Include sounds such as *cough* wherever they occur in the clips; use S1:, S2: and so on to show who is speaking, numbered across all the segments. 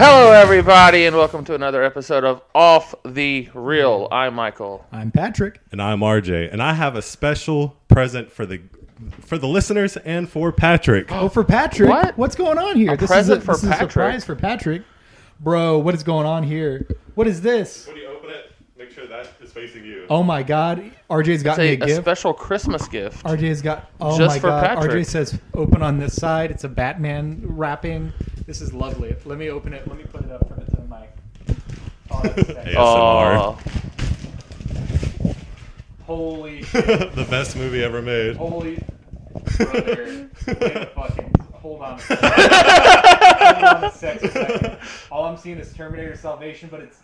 S1: Hello, everybody, and welcome to another episode of Off the Real. I'm Michael.
S2: I'm Patrick.
S3: and I'm RJ, and I have a special present for the for the listeners and for Patrick.
S2: Oh, for Patrick.
S1: What?
S2: What's going on here? this
S1: present
S2: is a,
S1: for
S2: this is a
S1: Patrick.
S2: surprise for Patrick. Bro, what is going on here? What is this?
S3: When you open it, make sure that is facing you. *laughs*
S2: Oh my God. RJ's got
S1: It's
S2: me
S1: a,
S2: a,
S1: a
S2: gift.
S1: special Christmas gift.
S2: RJ's got. Oh
S1: Just
S2: my
S1: for
S2: God.
S1: Patrick.
S2: RJ says open on this side. It's a Batman wrapping. This is lovely. Let me open it. Let me put it up front of the mic. Oh, that's sick.
S1: Uh,
S3: Yeah.
S1: Aw.
S2: Holy shit.
S3: *laughs* the best movie ever made. *laughs*
S2: Holy Oh, brother. Wait, fucking, hold on. a second. Hold on a sec- second. All I'm seeing is Terminator Salvation, but it's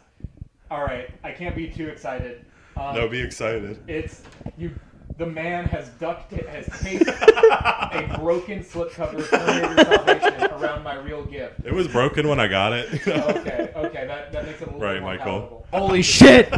S2: all right. I can't be too excited. Um,
S3: No, be excited.
S2: it's you. The man has duct ta- has
S3: *laughs*
S2: taped a broken *laughs* slipcover of Terminator Salvation around my real gift.
S3: It was broken when I got it.
S2: *laughs* Okay,
S3: *laughs*
S2: okay, that, that makes it a little
S3: Right,
S2: bit more
S3: Michael.
S2: palatable. *laughs* Holy shit!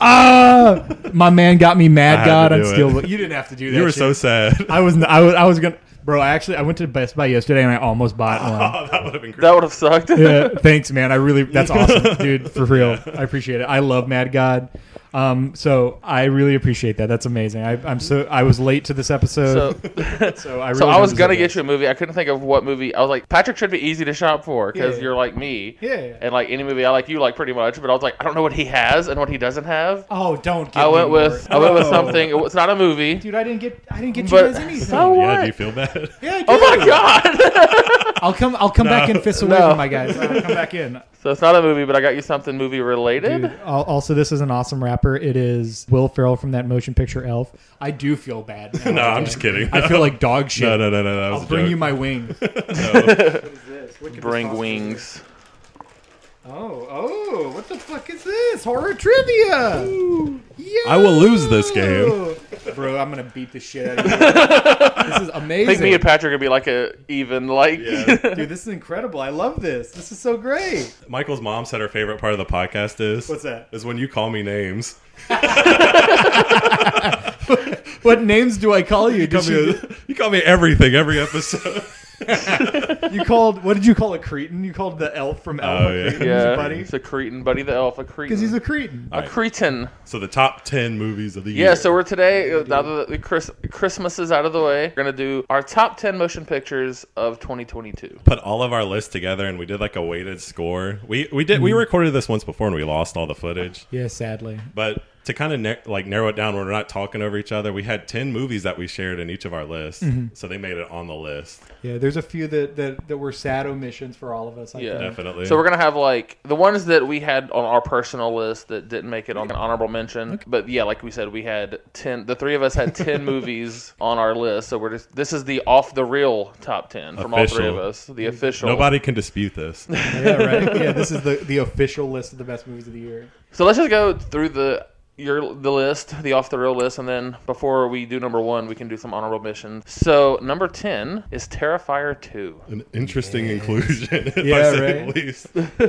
S2: Ah, my man got me
S3: I
S2: mad.
S3: had to
S2: God, I'm
S3: do it.
S2: still. You didn't have to do that.
S3: you were
S2: shit.
S3: so sad. *laughs*
S2: I was I was I was gonna bro. I actually I went to Best Buy yesterday and I almost
S3: *laughs*
S2: bought one.
S3: oh, that would have been great.
S1: That would have sucked.
S2: yeah, *laughs* thanks, man. I really that's awesome, dude. For real, I appreciate it. I love Mad God. Um, so I really appreciate that. That's amazing. I, I'm so I was late to
S1: *laughs*
S2: this *laughs*
S1: So,
S2: episode, so, I
S1: *laughs*
S2: really
S1: so I was
S2: hope
S1: gonna
S2: this-
S1: get you a movie. I couldn't think of what movie. I was like, Patrick should be easy to shop for because
S2: Yeah.
S1: you're like me,
S2: Yeah, yeah.
S1: and like any movie I like, you like pretty much. But I was like, I don't know what he has and what he doesn't have.
S2: Oh, don't. Get
S1: I
S2: me
S1: went
S2: more.
S1: with I went with
S2: Oh.
S1: something. It's not a movie,
S2: Dude, I didn't get I didn't get you
S1: but
S2: guys anything.
S1: *laughs* so
S3: yeah, do you
S1: what?
S3: feel bad?
S2: *laughs* yeah,
S1: Oh my god! *laughs*
S2: I'll come I'll come back and fist away
S1: No.
S2: from my guys. I'll come back
S1: *laughs*
S2: in.
S1: so it's not a movie, but I got you something movie related.
S2: Dude, al- also, this is an awesome rapper. It is Will Ferrell from that motion picture Elf. I do feel bad. now.
S3: *laughs* No, I'm just kidding.
S2: I feel
S3: *laughs*
S2: like dog shit.
S3: No, no, no, no. That was
S2: I'll
S3: a
S2: bring
S3: joke.
S2: you my wing.
S1: *laughs*
S2: *laughs* what is this?
S1: Bring wings.
S2: Oh, oh, what the fuck is this? Horror trivia. Yo!
S3: I will lose this game.
S2: *laughs* bro. I'm gonna beat the shit out of you.
S1: *laughs*
S2: this is
S1: I think
S2: amazing.
S1: me and Patrick would be like a even like. *laughs*
S3: Yeah.
S2: Dude, this is incredible. I love this. This is so great.
S3: Michael's mom said her favorite part of the podcast is
S2: What's that?
S3: Is when you call me *laughs* names.
S2: What names do I call you?
S3: You call,
S2: Did
S3: me,
S2: you,
S3: you call me everything every episode. *laughs*
S2: you called what did you call a Cretan? You called the elf from Elf
S3: Oh, yeah.
S2: a Cretan,
S1: Yeah,
S2: buddy.
S1: it's a Cretan, buddy the elf, a Cretan.
S2: Because he's a Cretan.
S1: a Cretan.
S3: so the top ten movies of the year.
S1: Yeah, so we're today, uh, now that the Chris, Christmas is out of the way, we're going to do our top 10 motion pictures of 2022.
S3: put all of our lists together and we did like a weighted score. We we did we recorded this once before and we lost all the footage.
S2: Yeah, sadly.
S3: But to kind of nar like narrow it down, where we're not talking over each other. We had ten movies that we shared in each of our lists, so they made it on the list.
S2: Yeah, there's a few that that, that were sad omissions for all of us. I
S1: Yeah.
S2: think.
S3: Definitely.
S1: So we're going to have like the ones that we had on our personal list that didn't make it on an honorable mention. But yeah, like we said, we had 10, the three of us had 10 movies on our list. So we're just, this is the off the real top 10 from all three
S3: Official.
S1: of us, the official.
S3: Nobody can
S1: *laughs*
S3: dispute this.
S2: yeah, right. Yeah, this is the the official list of the best movies of the year.
S1: So let's just go through the your the list, the off the rail list, and then before we do number one, we can do some honorable missions. So number ten is Terrifier two.
S3: An interesting inclusion, *laughs* if
S2: Yeah,
S3: I say
S2: right.
S3: the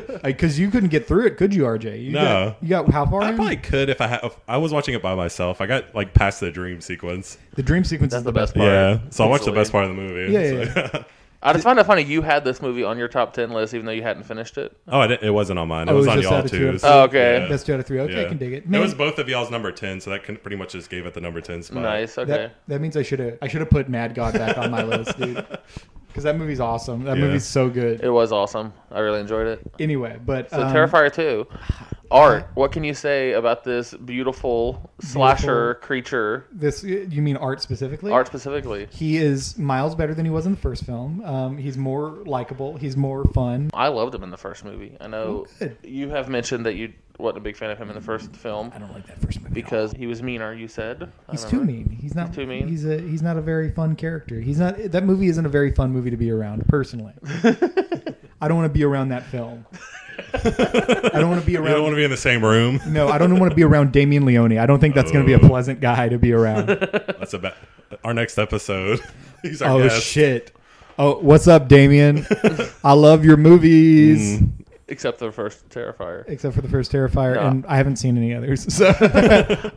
S3: least.
S2: Because you couldn't get through it, could you, RJ? You
S3: No.
S2: Got, you got how far?
S3: I
S2: in?
S3: probably could if I ha- if I was watching it by myself. I got like past the dream sequence.
S2: the dream sequence
S1: That's
S2: is the
S1: the
S2: best.
S1: best part.
S3: yeah, so I watched the
S1: Easily.
S3: best part of the movie.
S2: Yeah, yeah,
S3: So-
S1: I just find it funny you had this movie on your top ten list, even though you hadn't finished it.
S3: *laughs* oh, I didn't- it wasn't on mine. It
S2: Oh, it
S3: was,
S2: was
S3: on
S2: just out
S3: y'all
S2: of two
S3: too.
S2: episodes.
S3: so-
S1: Oh, okay.
S2: Best two out of three. Okay,
S3: Yeah.
S2: I can dig it.
S3: It
S2: Man,
S3: was both of y'all's number ten, so that can pretty much just gave it the number ten spot. *laughs*
S1: Nice. Okay.
S2: that, that means I should have I should have put Mad God back on my list,
S3: *laughs*
S2: dude. Because that movie's awesome. That
S3: Yeah.
S2: movie's so good.
S1: It was awesome. I really enjoyed it.
S2: Anyway, but
S1: So
S2: um,
S1: Terrifier two. Art, what can you say about this beautiful slasher creature?
S2: This you mean art specifically?
S1: Art specifically.
S2: He is miles better than he was in the first film. Um, he's more likable. He's more fun.
S1: I loved him in the first movie. I know
S2: Oh, good.
S1: you have mentioned that you wasn't a big fan of him in the first film
S2: I don't like that first movie at all.
S1: because he was meaner. You said I
S2: He's too
S1: remember.
S2: mean. He's not
S1: too mean?
S2: He's a he's not a very fun character. He's not that movie isn't a very fun movie to be
S1: *laughs*
S2: around personally. I don't want to be around that film. I don't want to be
S3: You don't
S2: around
S3: want to be in the same room.
S2: No, I don't want to be around Damien Leone. I don't think that's going to be a
S3: Oh.
S2: pleasant guy to be
S1: *laughs*
S2: around.
S3: *laughs* That's about our next episode. *laughs* He's our
S2: oh
S3: *laughs* guest.
S1: *laughs*
S2: shit. Oh, what's up Damien? I love your movies.
S1: *laughs* except the first Terrifier.
S2: except for the first
S1: Mm.
S2: Terrifier,
S1: Nah.
S2: and I haven't seen any others.
S1: *laughs*
S2: *laughs* So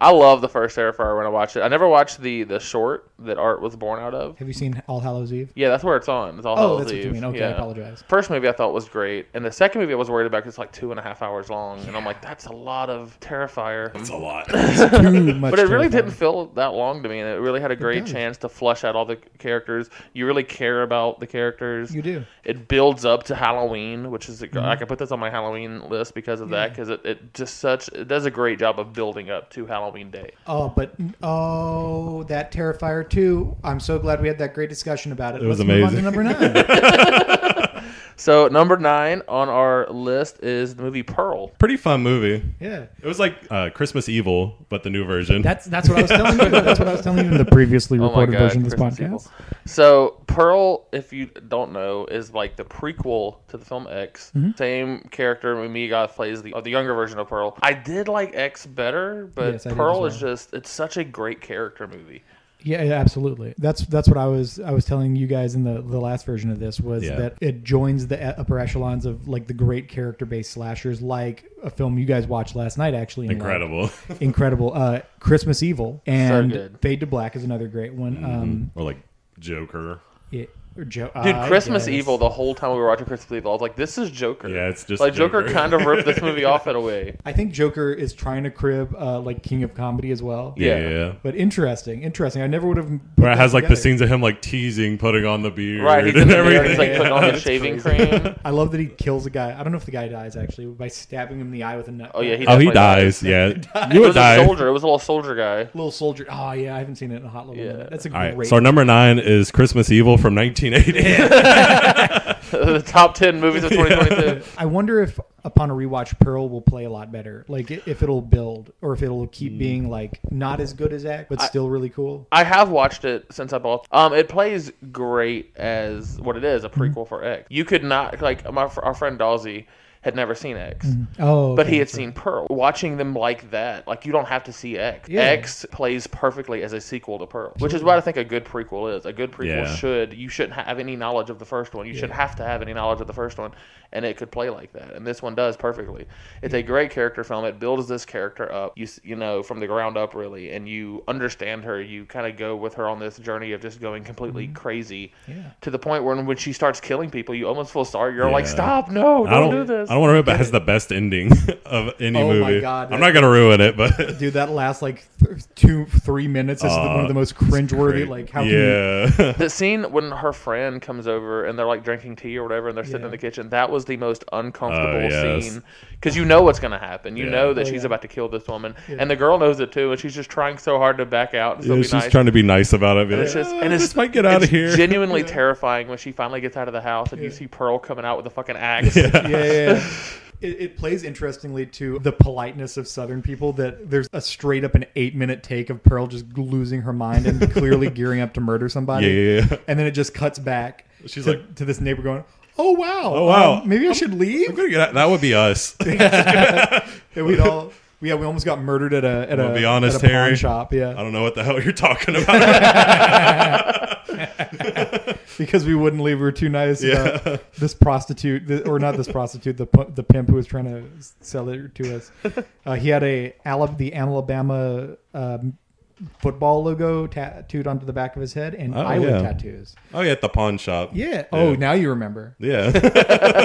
S1: I love the first Terrifier when I watch it. I never watched the the short that Art was born out of.
S2: have you seen All Hallows Eve?
S1: Yeah, that's where it's on. It's all
S2: Oh,
S1: Hallows
S2: that's what you
S1: Eve.
S2: mean. Okay, I
S1: Yeah.
S2: apologize.
S1: First movie I thought was great, and the second movie I was worried about because it's like two and a half hours long, and I'm like, that's a lot of Terrifier.
S3: It's a lot.
S2: Too
S1: *laughs*
S2: much
S1: But it really
S2: Terrifier.
S1: didn't feel that long to me, and it really had a great
S2: does.
S1: chance to flush out all the characters. You really care about the characters.
S2: You Mm-hmm. do.
S1: It builds up to Halloween, which is a, I can put this on my Halloween list because of that, 'cause that, because it, it just such it does a great job of building up to Halloween Day.
S2: Oh, but oh, that Terrifier too. I'm so glad we had that great discussion about it.
S3: It was
S2: Let's
S3: amazing.
S2: Move on to
S1: *laughs*
S2: number nine.
S1: So number nine on our list is the movie Pearl.
S3: Pretty fun movie.
S2: yeah.
S3: It was like uh, Christmas Evil, but the new version.
S2: That's that's what I *laughs* was telling you. That's what I was telling you in *laughs* the previously
S1: Oh my
S2: recorded
S1: God,
S2: version of this
S1: Christmas
S2: podcast.
S1: Evil. So Pearl, if you don't know, is like the prequel to the film X.
S2: Mm-hmm.
S1: Same character Mimiga plays the uh, the younger version of Pearl. I did like X better, but
S2: Yes, I did
S1: Pearl
S2: as
S1: is just it's such a great character movie.
S2: Yeah, yeah, absolutely. That's that's what I was I was telling you guys in the the last version of this was
S3: Yeah.
S2: that it joins the e- upper echelons of like the great character based slashers, like a film you guys watched last night. Actually, and
S3: incredible. *laughs*
S2: liked. incredible. Uh, Christmas Evil and
S1: good. Mm-hmm.
S2: Fade to Black is another great one. Um,
S3: or like Joker.
S2: it, or uh, Joe,
S1: Dude, Christmas Evil. The whole time we were watching Christmas Evil, I was like, "This is Joker."
S3: Yeah, it's just
S1: like Joker,
S3: Joker.
S1: kind of ripped this movie off in a
S3: *laughs*
S1: way.
S2: I think Joker is trying to crib uh, like King of Comedy as well.
S1: Yeah.
S3: Yeah.
S2: But interesting, interesting. I never would have. put
S3: Where it
S2: that
S3: has like the
S2: together.
S3: scenes of him like teasing, putting on the beard,
S1: Right, he's in
S3: and
S1: the mirror, and
S3: everything.
S1: he's like putting on
S3: *laughs*
S2: Yeah,
S1: his
S2: *laughs* that's
S1: shaving
S2: crazy.
S1: cream.
S2: I love that he kills a guy. I don't know if the guy dies actually by stabbing him in the eye with a knife.
S1: Oh yeah, he
S3: oh, he
S1: definitely dies.
S3: dies. Yeah,
S1: It *laughs*
S3: you would
S1: was a
S3: die.
S1: soldier. It was a little soldier guy. *laughs*
S2: Little Soldier. Oh yeah, I haven't seen it in a hot little
S1: Yeah.
S2: minute. That's a
S3: All
S2: great.
S3: right. So our number nine is Christmas Evil from 1980.
S1: the top ten movies
S3: *laughs*
S1: of 2022.
S2: I wonder if upon a rewatch, Pearl will play a lot better. Like i- if it'll build, or if it'll
S1: Hmm.
S2: keep being like not as good as X, but still really cool.
S1: I have watched it since I bought. Um, it plays great as what it is—a prequel for X. You could not like my fr- our friend Dawsey had never seen X,
S2: Oh,
S1: but he
S2: okay.
S1: had seen Pearl. Watching them like that, like you don't have to see X.
S2: Yeah.
S1: X plays perfectly as a sequel to Pearl, which is what I think a good prequel is. A good prequel
S3: Yeah.
S1: should you shouldn't have any knowledge of the first one. You shouldn't have to have any knowledge of the first one, and it could play like that. And this one does perfectly. It's a great character film. It builds this character up, you s- you know, from the ground up really, and you understand her. You kind of go with her on this journey of just going completely crazy.
S2: Mm-hmm. Yeah.
S1: To the point where when she starts killing people, you almost feel sorry. You're like,
S3: Yeah.
S1: stop, no,
S3: I
S1: don't,
S3: don't.
S1: do this.
S3: I don't want to ruin, it, but it has the best ending *laughs* of any
S2: Oh my
S3: movie.
S2: God,
S3: I'm
S2: that-
S3: not gonna ruin
S2: *laughs*
S3: it, but
S2: Dude, that lasts like th- two, three minutes. This is
S3: Uh,
S2: one of the most cringeworthy.
S3: Great.
S2: Like how? Can you,
S3: yeah. *laughs*
S1: The scene when her friend comes over and they're like drinking tea or whatever and they're sitting
S2: Yeah.
S1: in the kitchen, that was the most uncomfortable
S3: Oh, yes.
S1: scene. Because you know what's going to happen. You
S3: Yeah.
S1: know that
S2: Oh,
S1: she's
S2: yeah.
S1: about to kill this woman. And the girl knows it too, and she's just trying so hard to back out and still
S3: Yeah,
S1: be
S3: she's
S1: nice.
S3: trying to be nice about it. be
S1: and
S3: like,
S1: it's just,
S3: "Ah,
S1: and it's
S3: this might get out of
S1: it's
S3: here.
S1: genuinely terrifying when she finally gets out of the house and you see Pearl coming out with a fucking axe.
S3: *laughs*
S2: yeah, yeah, yeah. *laughs* It, it plays interestingly to the politeness of Southern people that there's a straight up an eight minute take of Pearl just losing her mind
S3: *laughs*
S2: and clearly gearing up to murder somebody.
S3: Yeah, yeah, yeah.
S2: And then it just cuts back.
S3: She's
S2: to,
S3: like-
S2: to this neighbor going, "Oh wow,
S3: Oh, wow.
S2: um, maybe I should
S3: *laughs* I'm
S2: leave."
S3: gonna get out. That would
S2: *laughs*
S3: be us.
S2: And we'd all, yeah, we almost got murdered at a at
S3: I'll
S2: a,
S3: be honest,
S2: at a pawn
S3: Harry.
S2: shop,
S3: I
S2: yeah,
S3: don't know what the hell you're talking
S2: *laughs*
S3: about.
S2: because we wouldn't leave. We were too nice.
S3: Yeah. *laughs*
S2: about this prostitute, th- or not this prostitute, the pu- the pimp who was trying to s- sell it to
S3: *laughs*
S2: us. Uh, he had a Ala- the Alabama. Um, Football logo tattooed onto the back of his head and
S3: Oh,
S2: Iowa
S3: yeah.
S2: tattoos.
S3: oh yeah, at the pawn shop.
S2: Yeah. Oh,
S3: Yeah.
S2: now you
S3: *laughs*
S2: remember. *laughs*
S3: Yeah.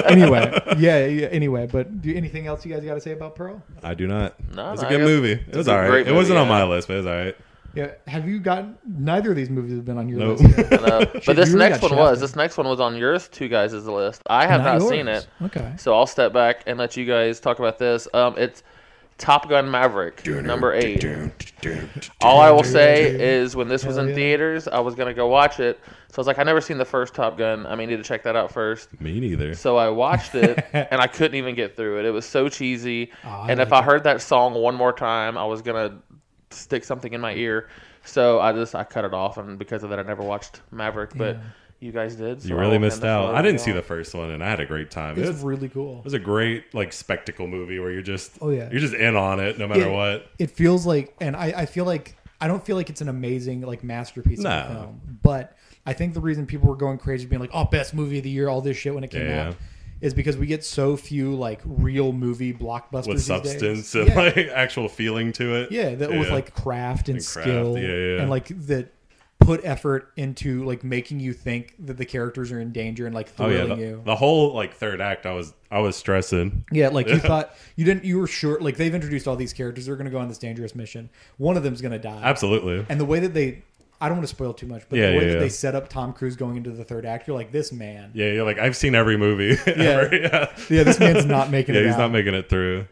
S2: Anyway, yeah, yeah. Anyway, but do anything else you guys got to say about Pearl?
S3: I do not.
S1: No,
S3: it was
S1: no,
S3: a good
S1: I guess-
S3: movie. It was
S1: a
S3: all right.
S1: great
S3: it wasn't
S1: movie,
S3: on
S1: yeah.
S3: my list, but it was all right.
S2: Yeah, have you gotten neither of these movies have been on your
S3: Nope.
S2: list? Yet.
S1: And, uh, but
S2: Shit,
S1: this
S2: you really
S1: next
S2: got
S1: one was.
S2: shafted.
S1: This next one was on yours two guys' list. *laughs* I have not seen
S2: yours.
S1: it.
S2: Okay.
S1: So I'll step back and let you guys talk about this. Um, it's Top Gun Maverick, number eight. All I will say is when this was
S2: Hell
S1: in
S2: yeah.
S1: theaters, I was gonna go watch it. So I was like, I never seen the first Top Gun. I may need to check that out first.
S3: Me neither.
S1: So I watched it
S2: *laughs*
S1: and I couldn't even get through it. It was so cheesy.
S2: Oh, I
S1: and if I
S2: like
S1: heard that song one more time, I was gonna stick something in my ear. So I just I cut it off, and because of that, I never watched Maverick. But
S2: Yeah.
S1: you guys did. so
S3: You
S1: I'll
S3: really
S1: hand
S3: missed
S1: the floor
S3: out. I
S1: to
S3: didn't see
S1: y'all.
S3: the first one, and I had a great time. It
S2: It's
S3: was, it
S2: really cool.
S3: was a great like spectacle movie where you're just
S2: Oh, yeah.
S3: you're just in on it no
S2: Yeah.
S3: matter what.
S2: It feels like, and I, I feel like I don't feel like it's an amazing like masterpiece of a
S3: No.
S2: film, but I think the reason people were going crazy, being like, "Oh, best movie of the year," all this shit when it came
S3: Yeah.
S2: out, is because we get so few like real movie blockbusters
S3: with
S2: these
S3: substance
S2: days.
S3: and *laughs*
S2: yeah.
S3: like actual feeling to it.
S2: yeah, that with
S3: Yeah.
S2: like craft and,
S3: And craft,
S2: skill
S3: yeah, yeah.
S2: and like that put effort into like making you think that the characters are in danger and like
S3: Oh yeah,
S2: thrilling
S3: the,
S2: you.
S3: the whole like third act, I was I was stressing.
S2: Yeah, like
S3: *laughs*
S2: you thought you didn't you were sure like they've introduced all these characters they're going to go on this dangerous mission. One of them's going to die.
S3: Absolutely,
S2: And the way that they I don't want to spoil too much, but
S3: Yeah,
S2: the way
S3: yeah,
S2: that
S3: yeah.
S2: they set up Tom Cruise going into the third act, you're like this man.
S3: yeah, you're like I've seen every movie. *laughs* ever. yeah,
S2: Yeah, this man's not making
S3: yeah,
S2: it.
S3: he's
S2: out.
S3: not making it through.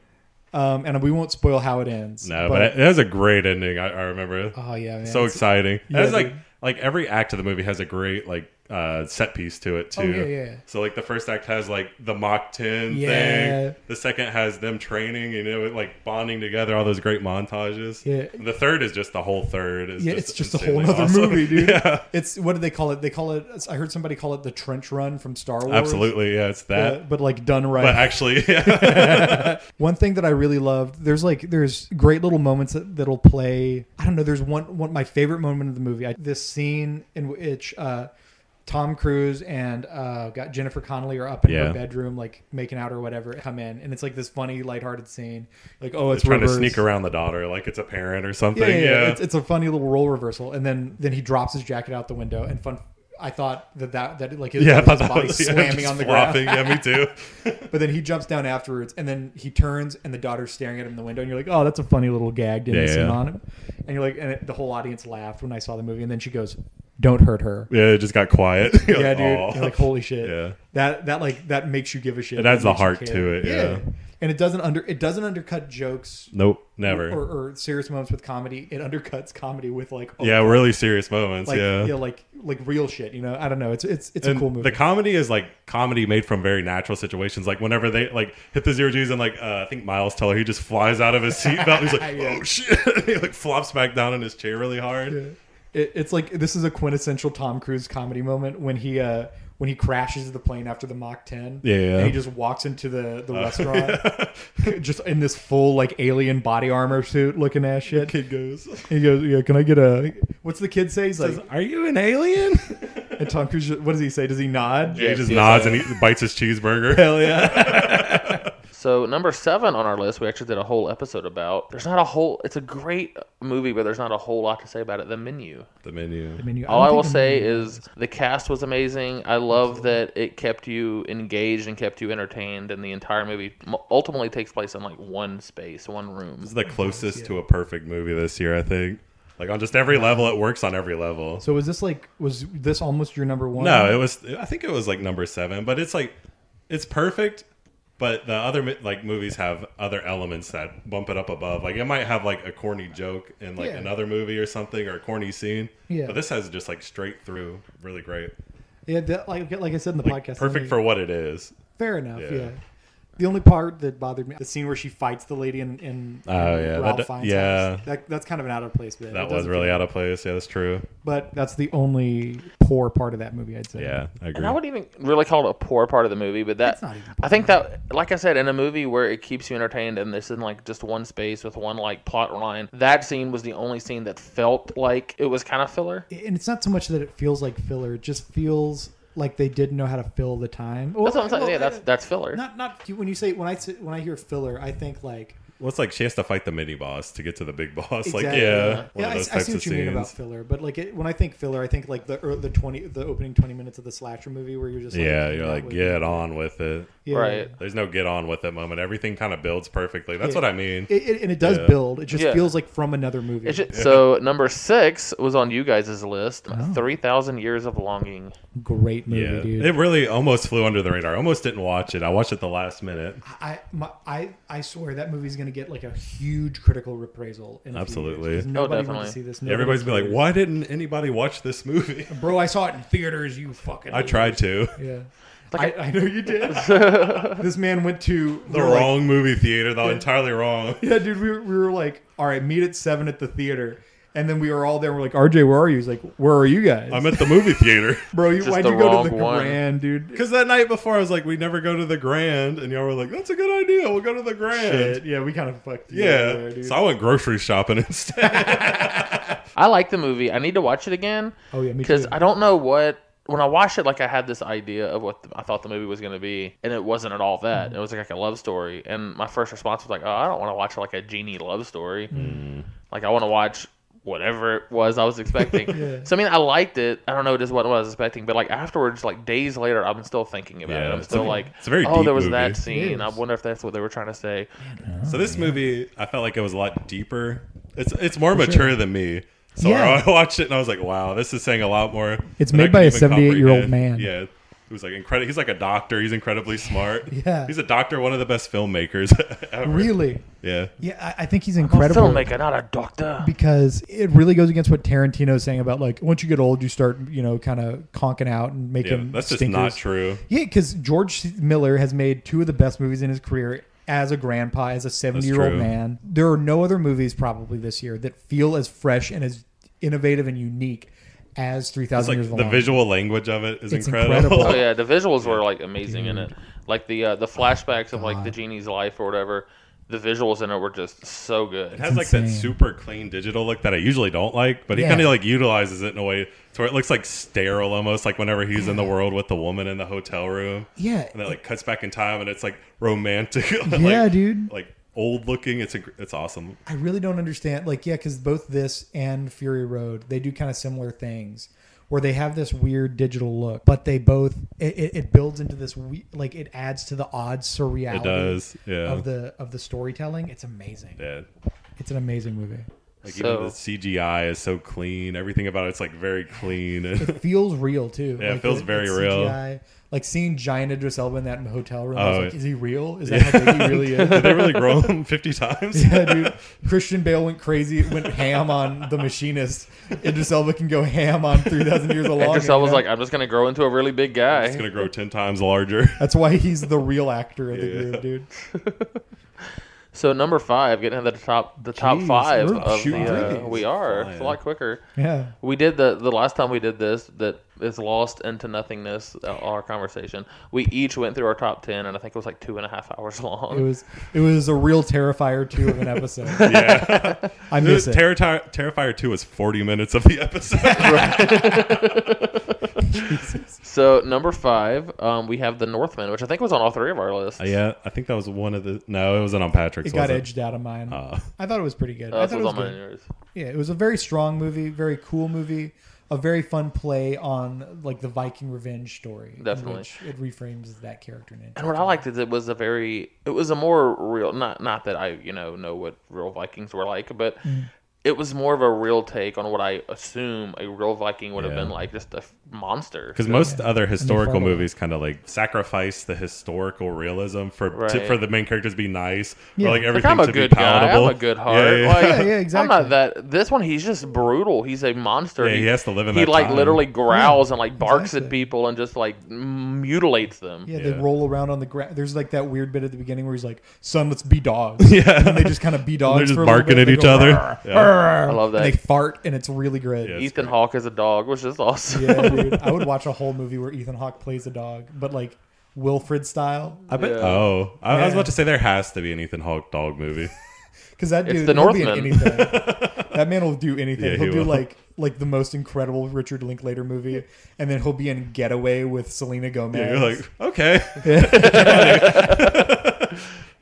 S2: Um, and we won't spoil how it ends.
S3: No, but, it has a great ending. I, I remember.
S2: oh yeah, man.
S3: so
S2: It's-
S3: exciting.
S2: Yeah,
S3: That's like
S2: dude.
S3: like every act of the movie has a great like uh set piece to it too.
S2: oh, yeah, yeah, yeah.
S3: So like the first act has like the Mach 10
S2: Yeah.
S3: thing. The second has them training, you know, like bonding together, all those great montages.
S2: Yeah.
S3: And the third is just the whole third. Is
S2: yeah,
S3: just
S2: it's just a whole
S3: insanely
S2: other
S3: awesome.
S2: movie, dude.
S3: *laughs* Yeah,
S2: It's what did they call it? They call it. I heard somebody call it the trench run from Star Wars.
S3: absolutely. Yeah, it's that.
S2: Uh, but like done right.
S3: But actually, *laughs* yeah,
S2: One thing that I really loved, there's like there's great little moments that, that'll play. I don't know. There's one one my favorite moment of the movie. I, this scene in which uh, Tom Cruise and uh, got Jennifer Connelly are up in
S3: Yeah.
S2: her bedroom, like making out or whatever. Come in, and it's like this funny, lighthearted scene. Like oh, *laughs* it's
S3: trying to
S2: reversed.
S3: sneak around the daughter like it's a parent or something.
S2: Yeah,
S3: Yeah,
S2: yeah, yeah. It's, it's a funny little role reversal, and then then he drops his jacket out the window. And fun, I thought that that that like his,
S3: *laughs* Yeah, I
S2: his
S3: thought that
S2: body
S3: was- yeah,
S2: slamming
S3: just
S2: on the
S3: flopping.
S2: ground.
S3: Yeah, me too. *laughs*
S2: But then he jumps down afterwards, and then he turns, and the daughter's staring at him in the window, and you're like, oh, that's a funny little gag didn't
S3: Yeah,
S2: see
S3: yeah.
S2: on him. And you're like, and it, the whole audience laughed when I saw the movie, and then she goes, don't hurt
S3: *laughs*
S2: her.
S3: Yeah, it just got quiet.
S2: *laughs*
S3: You're
S2: Yeah,
S3: like,
S2: dude.
S3: "Aw."
S2: You're like, holy shit.
S3: Yeah.
S2: That that like that makes you give a shit.
S3: It adds
S2: That
S3: the
S2: makes you
S3: heart
S2: care.
S3: to it, yeah.
S2: And it doesn't under it doesn't undercut jokes
S3: Nope, never.
S2: or, or serious moments with comedy. It undercuts comedy with like oh,
S3: yeah, really serious moments.
S2: like
S3: yeah.
S2: yeah. like like real shit. You know, I don't know. It's it's it's
S3: and
S2: a cool movie.
S3: the comedy is like comedy made from very natural situations. Like whenever they like hit the zero G's and like uh, I think Miles Teller, he just flies out of his
S2: *laughs*
S3: seatbelt. He's like,
S2: Yeah.
S3: oh shit! *laughs* he like flops back down in his chair really hard.
S2: Yeah. It, it's like this is a quintessential Tom Cruise comedy moment when he uh when he crashes the plane after the Mach 10.
S3: Yeah, yeah. Uh,
S2: And he just walks into the the restaurant *laughs*
S3: *laughs*
S2: just in this full like alien body armor suit looking ass shit. *laughs*
S3: Kid goes,
S2: He goes, "Yeah, can I get a What's the kid say?" He's like, *laughs*
S3: "Are you an alien?"
S2: and Tom Cruise just- what does he say? Does he nod?
S3: he just
S1: Yes, yes,
S3: nods
S1: I-
S3: and he bites his cheeseburger.
S2: *laughs*
S3: Hell *laughs* yeah!
S1: So number seven on our list, we actually did a whole episode about. There's not a whole. It's a great movie, but there's not a whole lot to say about it. The menu.
S3: the menu.
S2: I mean, you-
S1: All I
S2: don't
S1: will
S2: think
S1: say is the cast was amazing. I love that it kept you engaged and kept you entertained, and the entire movie mu- ultimately takes place in like one space, one room.
S3: This is the closest to a perfect movie this year, I think. Like on just every level, it works on every level.
S2: So was this like was this almost your number one?
S3: No, it was. I think it was like number seven, but it's like it's perfect. But the other mi- like movies have other elements that bump it up above. Like it might have like a corny joke in like
S2: Yeah.
S3: another movie or something or a corny scene.
S2: Yeah.
S3: But this has just like straight through, really great,
S2: yeah, that, like like I said in the
S3: like
S2: podcast,
S3: perfect
S2: I-
S3: for what it is.
S2: Fair enough. Yeah.
S3: Yeah.
S2: The only part that bothered me, the scene where she fights the lady in, in
S3: Oh,
S2: in
S3: yeah,
S2: Ralph
S3: that d-
S2: Fiennes'
S3: yeah.
S2: house. That, that's kind of an out of place bit. It
S3: That was
S2: doesn't
S3: really
S2: feel-
S3: out of place. Yeah, that's true.
S2: But that's the only poor part of that movie, I'd say.
S3: Yeah, I agree.
S1: And I wouldn't even really call it a poor part of the movie, but that
S2: It's not even
S1: I think that, like I said, in a movie where it keeps you entertained and this in like just one space with one like plot line, that scene was the only scene that felt like it was kind of filler.
S2: And it's not so much that it feels like filler; it just feels like they didn't know how to fill the time.
S1: That's what I'm
S2: Well,
S1: saying. Yeah,
S2: well,
S1: that's that's filler.
S2: not not when you say when I say- when I hear filler, I think like
S3: Well, it's like she has to fight the mini boss to get to the big *laughs* boss. Like
S2: Exactly.
S3: yeah,
S2: yeah,
S3: one of
S2: I,
S3: those
S2: I
S3: types
S2: see
S3: of
S2: what you mean about
S3: scenes.
S2: filler, but like it, when I think filler, I think like the er, the twenty the opening twenty minutes of the slasher movie where you're just like,
S3: Yeah,
S2: hanging
S3: you're
S2: out
S3: like
S2: with-
S3: get on with it.
S2: Yeah.
S1: Right.
S3: There's no get on with it moment. Everything kind of builds perfectly. That's
S2: Yeah.
S3: what I mean.
S2: It, it, and it does
S3: Yeah.
S2: build. It just
S1: Yeah.
S2: feels like from another movie.
S1: It's ju- So number six was on you guys' list.
S2: Oh.
S1: Three thousand years of longing.
S2: Great movie,
S3: Yeah,
S2: dude.
S3: it really almost flew under the radar. I almost didn't watch it. I watched it the last minute.
S2: I, my, I I swear that movie's gonna get like a huge critical reprisal. In a few
S3: Absolutely.
S2: years, 'cause
S3: Oh,
S2: Nobody went
S1: definitely.
S2: to see this. nobody
S3: Everybody's
S2: went
S3: been
S2: to
S3: like, "Why didn't anybody watch
S2: *laughs*
S3: this movie?"
S2: theaters. Bro, I saw it in theaters. You fucking.
S3: I tried to.
S2: Yeah.
S1: Like
S2: I, I know you did.
S1: *laughs*
S2: this man went to
S3: The wrong movie theater, though, entirely wrong.
S2: yeah, dude. We were, we were like, all right, meet at seven at the theater, and then we were all there. We're like, RJ, where are you? He's like, where are you guys?
S3: I'm at the movie theater *laughs*
S2: Bro, you,
S1: Just
S2: why'd
S1: the
S2: you go
S1: wrong
S2: to the
S1: one.
S2: Grand, dude?
S3: because that night before I was like, "We never go to the Grand," and y'all were like, "That's a good idea. We'll go to the Grand."
S2: Shit. Yeah, we kind of fucked. you
S3: Yeah,
S2: over there, dude.
S3: so I went grocery shopping *laughs* instead.
S1: I like the movie. I need to watch it again.
S2: Oh, yeah, me
S1: because
S2: too.
S1: I don't know what when I watched it, like I had this idea of what I thought the movie was going to be, and it wasn't at all that.
S2: Mm-hmm.
S1: It was like, a love story, and my first response was like, "Oh, I don't want to watch like a genie love story.
S2: Mm.
S1: Like I want to watch whatever it was I was expecting."
S2: *laughs* Yeah.
S1: So I mean, I liked it. I don't know just what I was expecting, but like afterwards, like days later, I'm still thinking about
S3: Yeah,
S1: it. I'm
S3: it's
S1: still
S3: a-
S1: like,
S3: it's a very
S1: "Oh,
S3: deep
S1: there was
S3: movie.
S1: that
S2: It
S1: scene. I
S2: is.
S1: wonder if that's what they were trying to say."
S3: So
S2: Oh,
S3: this movie, I felt like it was a lot deeper. It's it's more mature than me. So
S2: Yeah.
S3: I *laughs* watched it and I was like, wow, this is saying a lot more.
S2: It's
S3: than I
S2: made by
S3: could
S2: a
S3: even
S2: 78-year-old
S3: comprehend.
S2: man.
S3: Yeah. Who's like incredible? He's like a doctor. He's incredibly smart.
S2: *laughs* Yeah.
S3: He's a doctor, one of the best filmmakers *laughs* ever.
S2: Really?
S3: Yeah.
S2: Yeah, I, I think he's
S1: I'm a
S2: incredible.
S1: filmmaker, not a doctor.
S2: because it really goes against what Tarantino's saying about like once you get old, you start you know kind of conking out and
S3: Yeah.
S2: making.
S3: That's just
S2: stinkers.
S3: not true.
S2: Yeah, because George C- Miller has made two of the best movies in his career as a grandpa, as a seventy-year-old
S3: true.
S2: man. There are no other movies probably this year that feel as fresh and as innovative and unique as Three
S3: It's
S2: Thousand
S3: like
S2: Years
S3: the
S2: Alone.
S3: visual language of *laughs* it is
S2: It's
S3: incredible.
S2: incredible.
S1: Oh yeah,
S2: *laughs*
S1: the visuals were like amazing in it. Like the uh, the flashbacks of like the
S2: God.
S1: genie's life or whatever. The visuals in it were just so
S3: It
S1: good.
S3: has like that
S2: insane.
S3: super clean digital look that I usually don't like, but he
S2: Yeah.
S3: kind of like utilizes it in a way to where it looks like sterile almost, like whenever he's in the world with the woman in the hotel room.
S2: Yeah,
S3: and it *laughs* like cuts back in time and it's like romantic *laughs*
S2: Yeah,
S3: like,
S2: dude.
S3: like old looking it's inc- it's awesome
S2: I really don't understand. Like, yeah, because both this and Fury Road, they do kind of similar things where they have this weird digital look, but they both, it, it, it builds into this, we, like, it adds to the odd surreality
S3: it does yeah
S2: of the of the storytelling. It's amazing.
S3: yeah
S2: It's an amazing movie.
S3: like
S1: So-
S3: even the cgi is so clean everything about it's like very clean *laughs* and
S2: It feels real, too.
S3: Yeah, it feels very real.
S2: CGI. Like, seeing giant Idris Elba in that hotel room, I
S3: Oh,
S2: was like,
S3: yeah.
S2: is he real? Is that how big he really is? *laughs*
S3: did *laughs* they really grow him 50 times
S2: Yeah, dude. Christian Bale went crazy, went ham on The Machinist. Idris Elba can go ham on 3,000 Years Along.
S1: And Giselle was
S2: you know?
S1: like, "I'm just gonna grow into a really big guy."
S3: it's gonna grow 10 times
S2: *laughs*
S3: larger
S2: That's why he's the real actor of the
S3: Yeah.
S2: group, dude.
S1: So number five, getting into the top the top
S2: Jeez,
S1: five
S2: we're
S1: of
S2: shooting
S1: the uh,
S2: threes.
S1: we are
S3: Flying.
S1: it's a lot quicker.
S2: Yeah.
S1: We did the the last time we did this that is lost into nothingness. uh, Our conversation. We each went through our top ten, and I think it was like two and a half hours *laughs* long.
S2: It was it was a real terrifier two of an episode. *laughs*
S3: yeah *laughs*
S2: I miss it.
S3: Terror, terrifier 2 was 40 minutes of the
S2: *laughs*
S3: episode *laughs*
S1: so number five, um, we have the Northman, which I think was on all three of our lists.
S2: Uh,
S3: yeah i think that was one of the no it wasn't on patrick's
S2: it got
S3: was
S2: edged out of mine.
S3: Uh,
S2: I thought it was pretty good.
S1: Uh,
S2: I
S1: this
S2: thought it
S1: was
S2: was
S1: on mine and
S2: good.
S1: yours.
S2: Yeah, it was a very strong movie, very cool movie, a very fun play on like the Viking revenge story. in
S1: Definitely.
S2: which it reframes that character. In
S1: And what I liked is it was a very, it was a more real, not not that I you know know what real Vikings were like, but
S3: Mm.
S1: it was more of a real take on what I assume a real Viking would have
S3: Yeah.
S1: been like, just a f- monster.
S3: Because most other historical
S2: follow.
S3: movies kind of like sacrifice the historical realism for
S1: Right.
S3: to, for the main characters to be nice,
S2: Yeah.
S3: or like
S2: Like,
S1: Like,
S3: everything
S1: I'm a
S3: to be
S1: good guy.
S3: palatable.
S1: I'm a good heart.
S3: Yeah, yeah,
S1: Like,
S3: yeah.
S2: Yeah, yeah,
S1: I'm
S2: exactly.
S1: not that. This one, he's just brutal. He's a monster.
S3: Yeah, he has to live in
S1: He
S3: that
S1: like
S3: time.
S1: literally growls and like barks at
S2: exactly.
S1: people and just like mutilates them.
S2: yeah,
S3: Yeah.
S2: they roll around on the ground. There's like that weird bit at the beginning where he's like, "Son, let's be dogs."
S3: *laughs* Yeah.
S2: and they just kind of be dogs.
S3: They're just
S2: for a little
S3: barking
S2: bit,
S3: at
S2: they
S3: each
S2: go,
S3: other.
S2: "Rrr,
S3: Yeah.
S2: rrr,"
S1: I love that.
S2: And they fart, and it's really great.
S3: Yeah. That's
S1: Ethan
S3: great.
S1: Hawke is a dog, which is awesome.
S2: *laughs* Yeah, dude. I would watch a whole movie where Ethan Hawke plays a dog, but like Wilfred style.
S3: I bet.
S1: Yeah.
S3: Oh, I, I was
S2: Yeah.
S3: about to say there has to be an Ethan Hawke dog
S2: *laughs*
S3: movie.
S2: Because that
S1: It's
S2: dude,
S1: the
S2: he'll be in
S1: Northman.
S3: *laughs*
S2: anything. that man will do anything.
S3: Yeah, he
S2: he'll do
S3: will.
S2: like like the most incredible Richard Linklater movie, and then he'll be in Getaway with Selena Gomez.
S3: You're like, okay,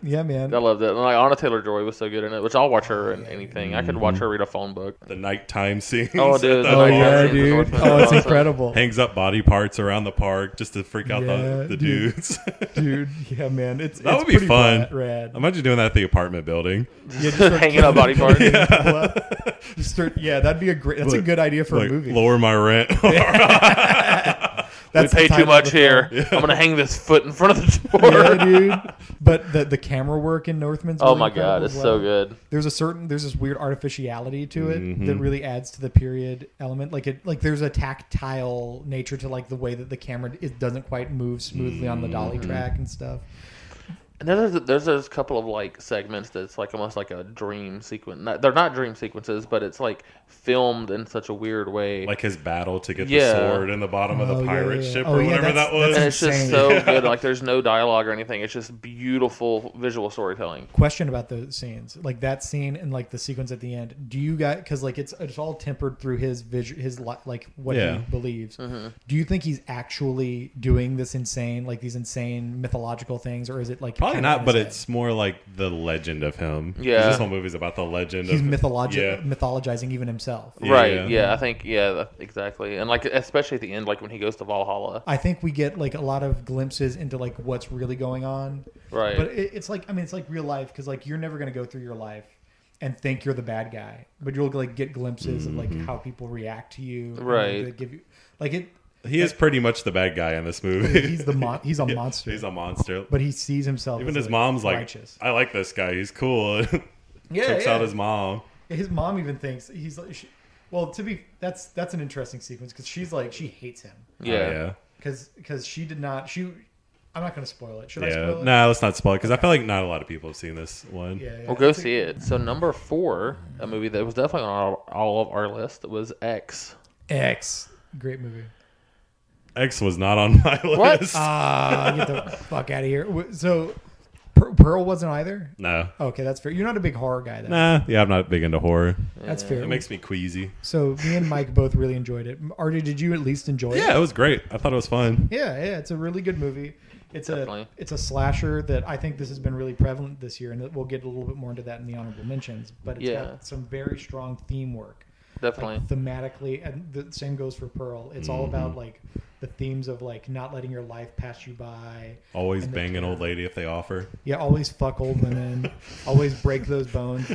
S2: yeah, man.
S1: *laughs* I loved it. And like Anna Taylor Joy was so good in it, which I'll watch her
S3: Oh,
S1: in anything. I could watch her read a phone book.
S3: the nighttime scene.
S1: Oh,
S3: *laughs*
S1: dude.
S2: Oh yeah,
S1: I've seen the
S2: dude.
S1: Northman.
S2: Oh, it's
S1: Awesome.
S2: incredible,
S3: Hangs up body parts around the park just to freak out
S2: Yeah,
S3: the, the
S2: dude.
S3: dudes. *laughs*
S2: dude. Yeah, man. It's
S3: That
S2: it's
S3: would be
S2: pretty
S3: fun.
S2: rad- Rad.
S3: Imagine doing that at the apartment building.
S2: Yeah,
S3: *laughs*
S2: just start
S1: Hanging up body parts.
S2: killing people up. Just start- yeah, that'd be a great. That's a
S3: Like-
S2: good idea for
S3: like,
S2: a movie.
S3: Lower my rent. *laughs*
S1: We
S2: That's the
S1: pay
S2: title
S1: too
S2: of
S1: much
S2: the film.
S1: here. I'm gonna hang this foot in front of
S2: *laughs*
S1: the door.
S2: yeah, dude. But the the camera work in Northman's.
S1: *laughs* Oh
S2: really
S1: my god,
S2: incredible
S1: it's
S2: as
S1: so
S2: well.
S1: good.
S2: There's a certain there's this weird artificiality to it
S1: Mm-hmm.
S2: that really adds to the period element. Like it like there's a tactile
S1: Mm-hmm.
S2: nature to like the way that the camera it doesn't quite move smoothly on the dolly track and stuff.
S1: And there's there's those couple of like segments that's like almost like a dream sequence. Not, they're not dream sequences, but it's like filmed in such a weird way.
S3: Like his battle to get
S1: Yeah.
S3: the sword in the bottom of
S2: Oh,
S3: the
S2: yeah,
S3: pirate
S2: yeah, yeah.
S3: ship
S2: Oh,
S3: or
S2: yeah,
S3: whatever
S2: that's-
S3: that was.
S1: and it's just
S2: insane.
S1: so
S2: *laughs*
S3: Yeah.
S1: good. Like there's no dialogue or anything. It's just beautiful visual storytelling.
S2: question about those scenes like that scene and like the sequence at the end do you guys because like it's it's all tempered through his vision his li- like what
S3: Yeah.
S2: he believes do you think he's actually doing this insane like these insane mythological things or is it like
S3: Probably
S2: kinda in
S3: not, but
S2: his
S3: it's more like the legend of him. 'Cause
S1: Yeah.
S3: this whole movie's about the legend.
S2: head? he's
S3: of,
S2: mythologi-
S3: Yeah.
S2: mythologizing even himself
S3: Yeah.
S1: Right? Yeah, I think yeah, that- exactly. And like especially at the end, like when he goes to Valhalla.
S2: i think we get like a lot of glimpses into like what's really going on
S1: Right.
S2: but it, it's like i mean it's like real life because like you're never going to go through your life and think you're the bad guy but you'll like get glimpses of
S3: Mm-hmm.
S2: like how people react to you and, like,
S1: Right.
S2: they give you like it
S3: He is pretty much the bad guy in this movie.
S2: he's
S3: *laughs*
S2: the mon- he's a monster.
S3: He's a monster.
S2: but he sees himself.
S3: Even
S2: as,
S3: his mom's like,
S2: righteous.
S3: I like this guy. He's cool. *laughs*
S2: Yeah,
S3: Checks
S2: yeah.
S3: out his mom.
S2: His mom even thinks he's like, she, well, to be that's that's an interesting sequence because she's like she hates him
S1: yeah.
S3: Oh, yeah.
S2: because because she did not she. I'm not gonna spoil it. Should I
S3: Yeah.
S2: spoil it?
S3: Nah, let's not spoil it because I feel like not a lot of people have seen this one.
S2: Yeah, yeah.
S1: Well, go see it. So number four, a movie that was definitely on all, all of our list was X.
S2: X. Great movie.
S3: X was not on my *laughs*
S1: What?
S3: list.
S2: Ah, get the *laughs* fuck out of here. W- So, Per- Pearl wasn't either.
S3: no.
S2: Okay, that's fair. You're not a big horror guy, though.
S3: Nah. Yeah, I'm not big into horror.
S2: That's fair.
S3: It makes me queasy.
S2: so me and Mike both really enjoyed it. Artie, did you at least enjoy it?
S3: Yeah, it was great. I thought it was fun.
S2: Yeah, yeah, it's a really good movie. It's
S1: Definitely.
S2: a it's a slasher that I think this has been really prevalent this year, and we'll get a little bit more into that in the honorable mentions. But it's
S1: Yeah.
S2: got some very strong theme work,
S1: Definitely. Mm-hmm.
S2: like thematically, and the same goes for Pearl. It's all about like the themes of like not letting your life pass you by.
S3: Always
S2: And the
S3: bang an old lady if they offer.
S2: Yeah, always fuck old
S1: *laughs*
S2: women, always break those bones,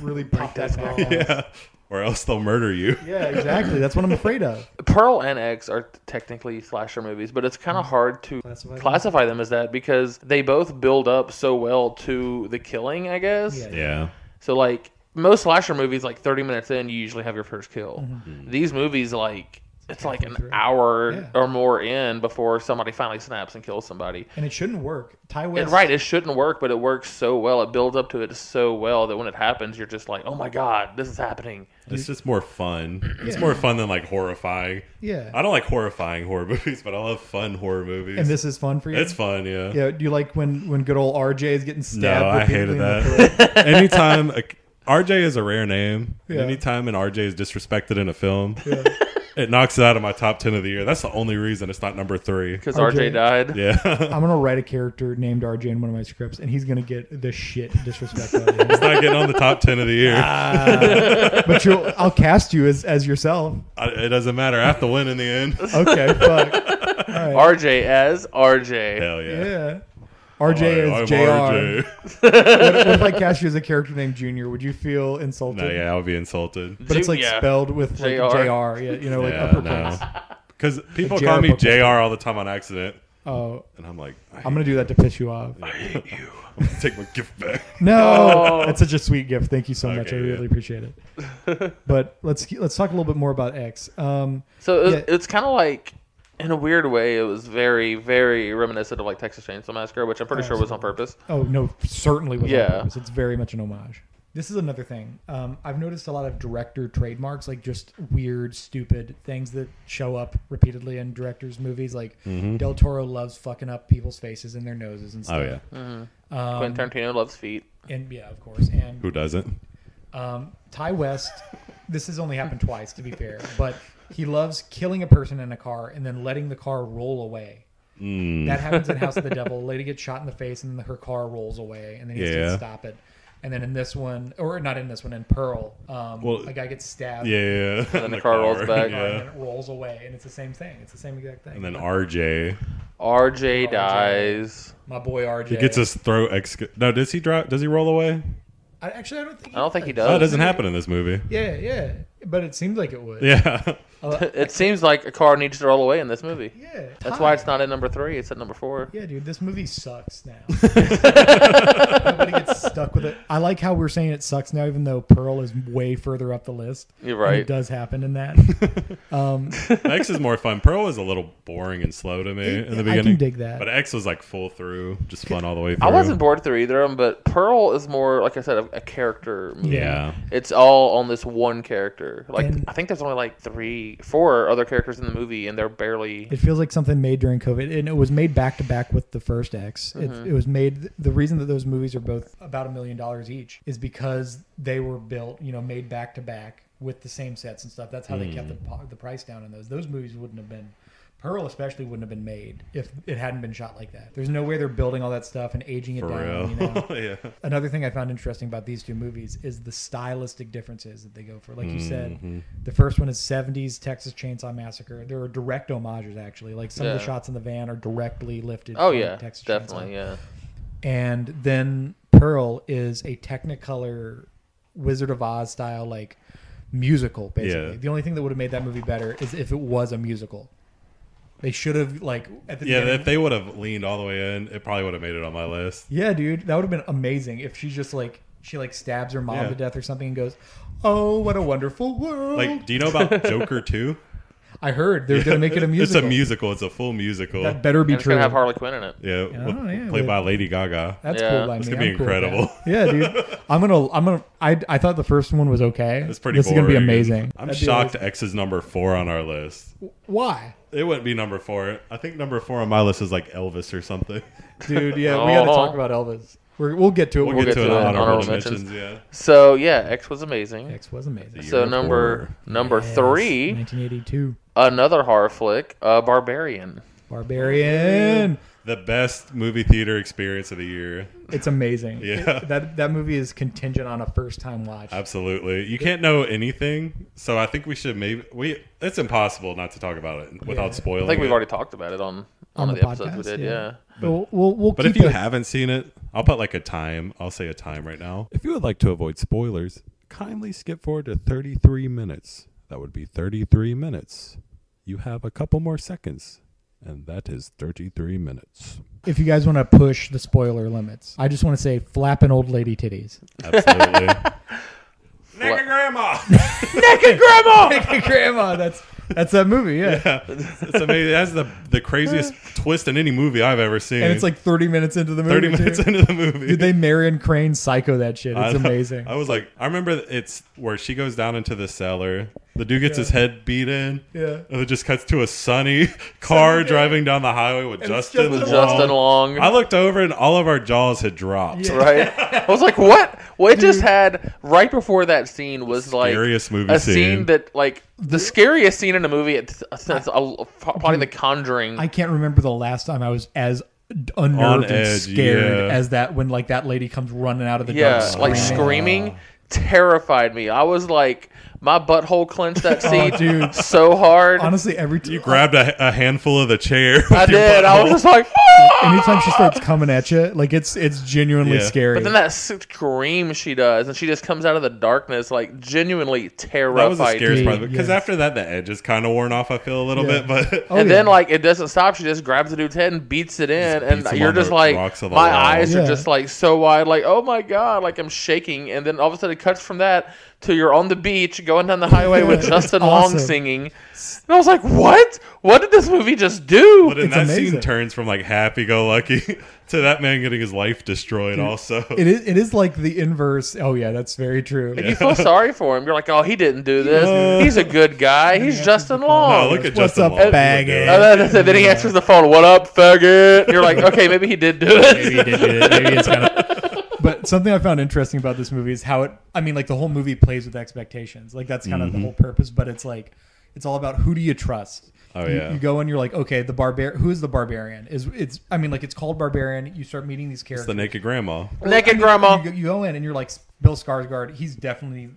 S2: really pop that
S4: those
S2: back.
S4: bones.
S2: Yeah.
S3: *laughs* Yeah. Or else they'll murder you.
S2: yeah, exactly. That's what I'm afraid of.
S1: Pearl and X are technically slasher movies, but it's
S2: Mm.
S1: kind of hard to
S2: Classify them.
S1: classify them as that because they both build up so well to the killing, I guess.
S2: Yeah.
S3: Yeah.
S1: So like most slasher movies, like thirty minutes in, you usually have your first kill. These movies, like it's like an
S2: Halfway through.
S1: hour
S2: Mm-hmm. Yeah.
S1: or more in before somebody finally snaps and kills somebody.
S2: And it shouldn't work. Ty West,
S1: And right, it shouldn't work, but it works so well. It builds up to it so well that when it happens, you're just like, "Oh my god, this is happening!"
S3: It's just more fun. It's more fun than like horrifying.
S2: Yeah.
S3: I don't like horrifying horror *laughs* movies, but I love fun horror movies.
S2: And this is fun for you.
S3: it's fun, yeah.
S2: Yeah, do you like when when good old RJ is getting stabbed?
S3: No, I
S2: repeatedly
S3: hated
S2: in the
S3: that.
S2: throat?
S3: *laughs* Anytime a, RJ is a rare name. and
S2: Yeah.
S3: Anytime an RJ is disrespected in a film, *laughs* it knocks it out of my top ten of the year. That's the only reason it's not number three.
S1: Because
S2: RJ.
S1: RJ died.
S3: Yeah. *laughs*
S2: I'm gonna write a character named RJ in one of my scripts, and he's gonna get the shit
S1: *laughs*
S2: disrespectful. out of him.
S3: it's not getting on the top ten of the year.
S2: Uh, but you'll, I'll cast you as as yourself.
S3: I, it doesn't matter. I have to win in the *laughs* end.
S2: Okay, fuck. All right.
S1: RJ as RJ.
S3: Hell yeah.
S2: yeah. RJ is
S3: I'm
S2: JR.
S3: *laughs* RJ.
S2: What, what if I cast you as a character named Junior? Would you feel insulted?
S3: No, yeah, I would be insulted.
S2: But it's like
S1: Junior.
S2: spelled with like
S1: JR.
S2: JR. Yeah, you know, like
S3: Yeah,
S2: uppercase.
S3: *laughs* Because people
S2: JR
S3: call me
S2: book.
S3: JR all the time on accident.
S2: Oh,
S3: And I'm like, I
S2: I'm gonna do that to piss you off.
S3: hate you. I'm gonna take my gift back.
S2: No,
S1: Oh.
S2: that's such a sweet gift. Thank you so much. I
S3: Okay, yeah.
S2: really appreciate it. but let's let's talk a little bit more about X. Um,
S1: So it,
S2: Yeah.
S1: it's kind of like, in a weird way, it was very, very reminiscent of like Texas Chainsaw Massacre, which I'm pretty
S2: Oh,
S1: sure was on purpose.
S2: oh no, certainly was
S1: Yeah.
S2: on purpose. It's very much an homage. This is another thing. Um, I've noticed a lot of director trademarks, like just weird, stupid things that show up repeatedly in directors' movies. Like Del Toro loves fucking up people's faces and their noses and stuff.
S3: *laughs* Mm-hmm. Oh yeah.
S1: Quentin
S2: Um,
S1: Tarantino loves feet.
S2: and yeah, of course. And
S3: Who doesn't?
S2: Um, Ty West, this has only happened twice, to be fair, but he loves killing a person in a car and then letting the car roll away.
S3: Mm.
S2: That happens in
S3: *laughs*
S2: House of the Devil. A lady gets shot in the face and then her car rolls away, and then he has
S3: Yeah.
S2: to stop it. And then in this one, or not in this one, in Pearl, um,
S3: Well,
S2: a guy gets stabbed
S3: Yeah. And then *laughs*
S1: the car rolls back.
S2: and then
S3: Yeah.
S2: it rolls away, and it's the same thing. It's the same exact thing.
S3: And then RJ
S1: RJ
S2: RJ.
S1: dies.
S2: My boy RJ
S3: he gets his throat ex. No, does he drop? Does he roll away? Oh,
S2: I, actually, I don't think.
S1: I don't think he
S2: does.
S1: does.
S2: *laughs*
S3: That doesn't happen in this movie.
S2: Yeah, yeah. but it seemed like it would.
S3: Yeah.
S2: Uh,
S1: It seems like a car needs to roll away in this movie.
S2: yeah.
S1: That's
S2: Time.
S1: why it's not at number three. It's at number four.
S2: Yeah, dude, this movie sucks
S3: *laughs*
S2: now. Nobody gets stuck with it. I like how we're saying it sucks now, even though Pearl is way further up the list.
S1: You're
S2: And
S1: right.
S2: It does happen in that. um,
S3: X is more fun. Pearl was a little boring and slow to me in the
S2: I can
S3: beginning.
S2: dig that.
S3: But X was like full through, just fun all the way through.
S1: I wasn't bored through either of them, but Pearl is more, like I said, a, a character movie.
S3: Yeah.
S1: It's all on this one character. Like
S2: And-
S1: I think there's only like three, four other characters in the movie, and they're barely.
S2: It feels like something made during COVID, and it was made back to back with the first X.
S3: Mm-hmm.
S2: It, it was made. The reason that those movies are both about a million dollars each is because they were built, you know, made back to back with the same sets and stuff. That's how they kept the,
S3: Hmm.
S2: po- the price down on those. Those movies wouldn't have been. Pearl especially wouldn't have been made if it hadn't been shot like that. There's no way they're building all that stuff and aging it
S3: For
S2: down.
S3: real.
S2: You know?
S3: *laughs* yeah.
S2: another thing I found interesting about these two movies is the stylistic differences that they go for. Like you
S1: Mm-hmm.
S2: said, the first one is 70s Texas Chainsaw Massacre. There are direct homages, actually. Like some of the
S1: Yeah.
S2: shots in the van are directly lifted.
S1: Oh
S2: from
S1: yeah,
S2: Texas Chainsaw.
S1: definitely yeah.
S2: And then Pearl is a Technicolor Wizard of Oz style, like musical, basically.
S3: Yeah.
S2: The only thing that would have made that movie better is if it was a musical. They should have, like, at the
S3: Yeah,
S2: beginning.
S3: if they would have leaned all the way in, it probably would have made it on my list.
S2: Yeah, dude, that would have been amazing if she just like she like stabs her mom
S3: Yeah.
S2: to death or something and goes, "Oh, what a wonderful world!"
S3: Like, do you know
S2: *laughs*
S3: about Joker 2?
S2: I heard they're gonna make it a musical.
S3: *laughs* It's a musical. It's a full musical.
S2: That better be
S1: And it's
S2: true.
S1: gonna have Harley Quinn in it.
S3: yeah, with-
S2: yeah,
S3: played
S2: with-
S3: by Lady Gaga.
S2: That's
S1: Yeah.
S2: cool by
S3: It's
S2: me.
S3: gonna be
S2: I'm cool with
S3: incredible.
S2: that. yeah,
S3: *laughs*
S2: dude. I'm gonna. I'm gonna. I, I thought the first one was okay.
S3: It's pretty.
S2: This is
S3: boring.
S2: gonna be amazing.
S3: I'm
S2: That'd be
S3: shocked X is number four on our list.
S2: amazing. Why,
S3: It wouldn't be number four. I think number four on my list is like Elvis or something. *laughs*
S2: dude? Yeah, we gotta
S1: Oh.
S2: talk about Elvis. We're, we'll get to it.
S3: We'll,
S2: when
S3: get, to, it on
S1: honorable
S3: honorable
S1: mentions.
S3: mentions. Yeah.
S1: So yeah, X was amazing.
S2: we- X was amazing.
S1: So
S3: Year of
S1: number
S3: horror.
S1: number
S2: Yes,
S1: three,
S2: 1982,
S1: another horror flick, uh, Barbarian.
S2: Barbarian.
S3: The best movie theater experience of the year.
S2: It's amazing.
S3: Yeah.
S2: It- that that movie is contingent on a first time watch.
S3: Absolutely. You can't know anything, so I think we should maybe we. It's impossible not to talk about it without
S2: Yeah.
S3: spoiling.
S1: I think we've
S3: it.
S1: already talked about it on on one
S2: On
S1: of
S2: the
S1: the episodes we
S2: podcast,
S1: did.
S2: yeah.
S1: Yeah.
S2: But we'll, we'll, we'll
S3: But if
S2: keep
S3: you
S2: it-
S3: haven't seen it, I'll put like a time. I'll say a time right now. If you would like to avoid spoilers, kindly skip forward to 33 minutes. That would be 33 minutes. You have a couple more seconds, and that is 33 minutes.
S2: if you guys want to push the spoiler limits, I just want to say flapping old
S1: *laughs*
S2: lady titties.
S3: *laughs* Absolutely.
S1: What?
S3: *laughs* grandma.
S2: Naked grandma, *laughs* naked grandma. That's that's that movie, yeah.
S3: it's amazing. That's the the *laughs* craziest twist in any movie I've ever seen.
S2: And it's like thirty minutes into the movie.
S3: 30 minutes
S2: too.
S3: into the movie.
S2: Dude, they Marion Crane psycho that shit. It's
S3: I *laughs* know.
S2: amazing.
S3: I was like, I remember it's where she goes down into the cellar. The dude gets his head beat in.
S2: Yeah.
S3: And it just cuts to a sunny *laughs* car driving down the highway with
S2: it's
S3: Justin
S2: Justin
S3: Long.
S1: Justin Long.
S3: I looked over and all of our jaws had dropped.
S1: *laughs*
S2: Yeah.
S1: right?
S2: *laughs*
S1: I was like, what? Well, it just had right before that scene was like
S3: Scariest movie
S1: a scene.
S3: scene.
S1: that like the scariest scene in a movie. It's, it's, it's a, uh, probably The Conjuring.
S2: I can't remember the last time I was as unnerved
S3: On
S2: and
S3: edge,
S2: scared
S3: yeah.
S2: as that when like that lady comes running out of the
S1: yeah,
S2: dark
S1: like screaming terrified me. I was like, my butthole clenched
S2: *laughs*
S1: that scene
S2: Oh, dude.
S1: so hard.
S2: Honestly, every time
S3: You grabbed a, a handful of the chair.
S1: *laughs*
S3: with
S1: I
S3: your
S1: did. I was
S3: butthole.
S1: just like, "Ah!"
S2: *laughs* anytime she starts coming at you, like it's it's genuinely
S3: Yeah.
S2: scary.
S1: but then that scream she does, and she just comes out of the darkness like genuinely terrified.
S3: That was the scariest part
S2: Dude,
S3: because
S2: yes.
S3: after that, the edge is kind of worn off. I feel a little
S2: Yeah.
S3: bit, but
S2: Oh,
S1: and then
S2: yeah.
S1: like it doesn't stop. She just grabs the dude's head and beats it in,
S3: beats
S1: and
S3: him
S1: you're
S3: on the
S1: just like,
S3: rocks of the
S1: my
S3: wall.
S1: eyes
S2: Yeah.
S1: are just like so wide, like oh my god, like I'm shaking. And then all of a sudden it cuts from that to you're on the beach going down the highway *laughs* with
S2: It's
S1: Justin Long
S2: awesome.
S1: singing, and I was like, what? What did this movie just do?
S3: *laughs* but then
S2: It's
S3: that
S2: amazing.
S3: scene turns from like happy-go-lucky *laughs* to that man getting his life destroyed. also,
S2: it is it is like the inverse. Oh yeah, that's very true.
S1: You feel sorry for him. You're like, oh, he didn't do this. He's a good guy. He's Justin
S3: *laughs* oh,
S1: Long.
S3: look at
S2: What's
S3: Justin
S2: up,
S3: Long. He was
S2: faggot?
S1: *laughs*
S3: good.
S1: and then, that's it. Then he answers the phone. What up, faggot? And You're like, okay, maybe he did do it.
S2: maybe it did do it. Maybe it's kind of.
S3: *laughs*
S2: But something I found interesting about this movie is how it. I mean, like the whole movie plays with expectations. Like that's kind of
S3: Mm-hmm.
S2: the whole purpose. But it's like, it's all about who do you trust.
S3: Oh,
S2: You-
S3: yeah.
S2: You go and you're like, okay, the barbar. Who is the barbarian? Is it's? I mean, like it's called barbarian. You start meeting these characters.
S3: It's the naked grandma.
S1: *laughs* Naked grandma.
S2: You, go- you go in and you're like Bill Skarsgård. He's definitely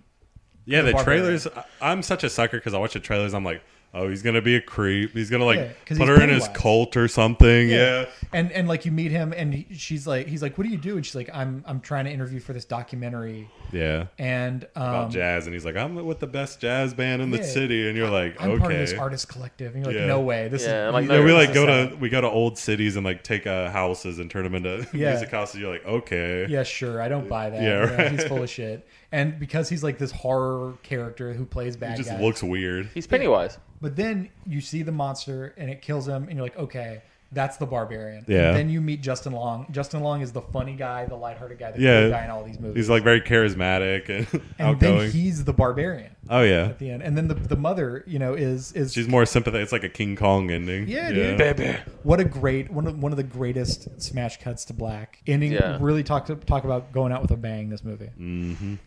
S3: Yeah, the
S2: barbarian.
S3: trailers. I- I'm such a sucker because I watch the trailers. I'm like, oh, he's gonna be a creep. He's gonna like
S2: Yeah, 'cause
S3: put
S2: he's
S3: her in his
S2: Pennywise.
S3: cult or something. Yeah.
S2: And and like you meet him and he, she's like he's like what do you do and she's like I'm I'm trying to interview for this documentary
S3: yeah,
S2: and
S3: About
S2: um
S3: jazz, and he's like, I'm with the best jazz band in the
S2: Yeah.
S3: city, and you're like,
S2: I'm
S3: okay.
S2: part of this artist collective and you're like
S3: Yeah.
S2: no way this
S1: Yeah,
S2: is
S1: like,
S2: you-
S1: no,
S3: Yeah, we
S1: Or
S3: like go
S2: this is-
S3: to we go to old cities and like take uh, houses and turn them into *laughs*
S2: Yeah.
S3: music houses. You're like, okay,
S2: yeah sure I don't buy that
S3: Yeah,
S2: yeah,
S3: right.
S2: he's full of shit and because he's like this horror character who plays bad
S3: it just
S2: guys
S3: looks weird.
S1: He's Pennywise.
S2: But then you see the monster and it kills him, and you're like, okay, that's the barbarian.
S3: Yeah.
S2: And then you meet Justin Long. Justin Long is the funny guy, the lighthearted guy, the cool
S3: Yeah.
S2: guy in all these movies.
S3: He's like very charismatic and, *laughs*
S2: and
S3: outgoing.
S2: then he's the barbarian
S3: oh yeah,
S2: at the end. And then the, the mother, you know, is is
S3: she's more sympathetic. It's like a King Kong ending.
S2: Yeah, dude.
S1: Baby.
S2: what a great one of one of the greatest smash cuts to black ending.
S1: Yeah.
S2: Really talk to, talk about going out with a bang. This movie.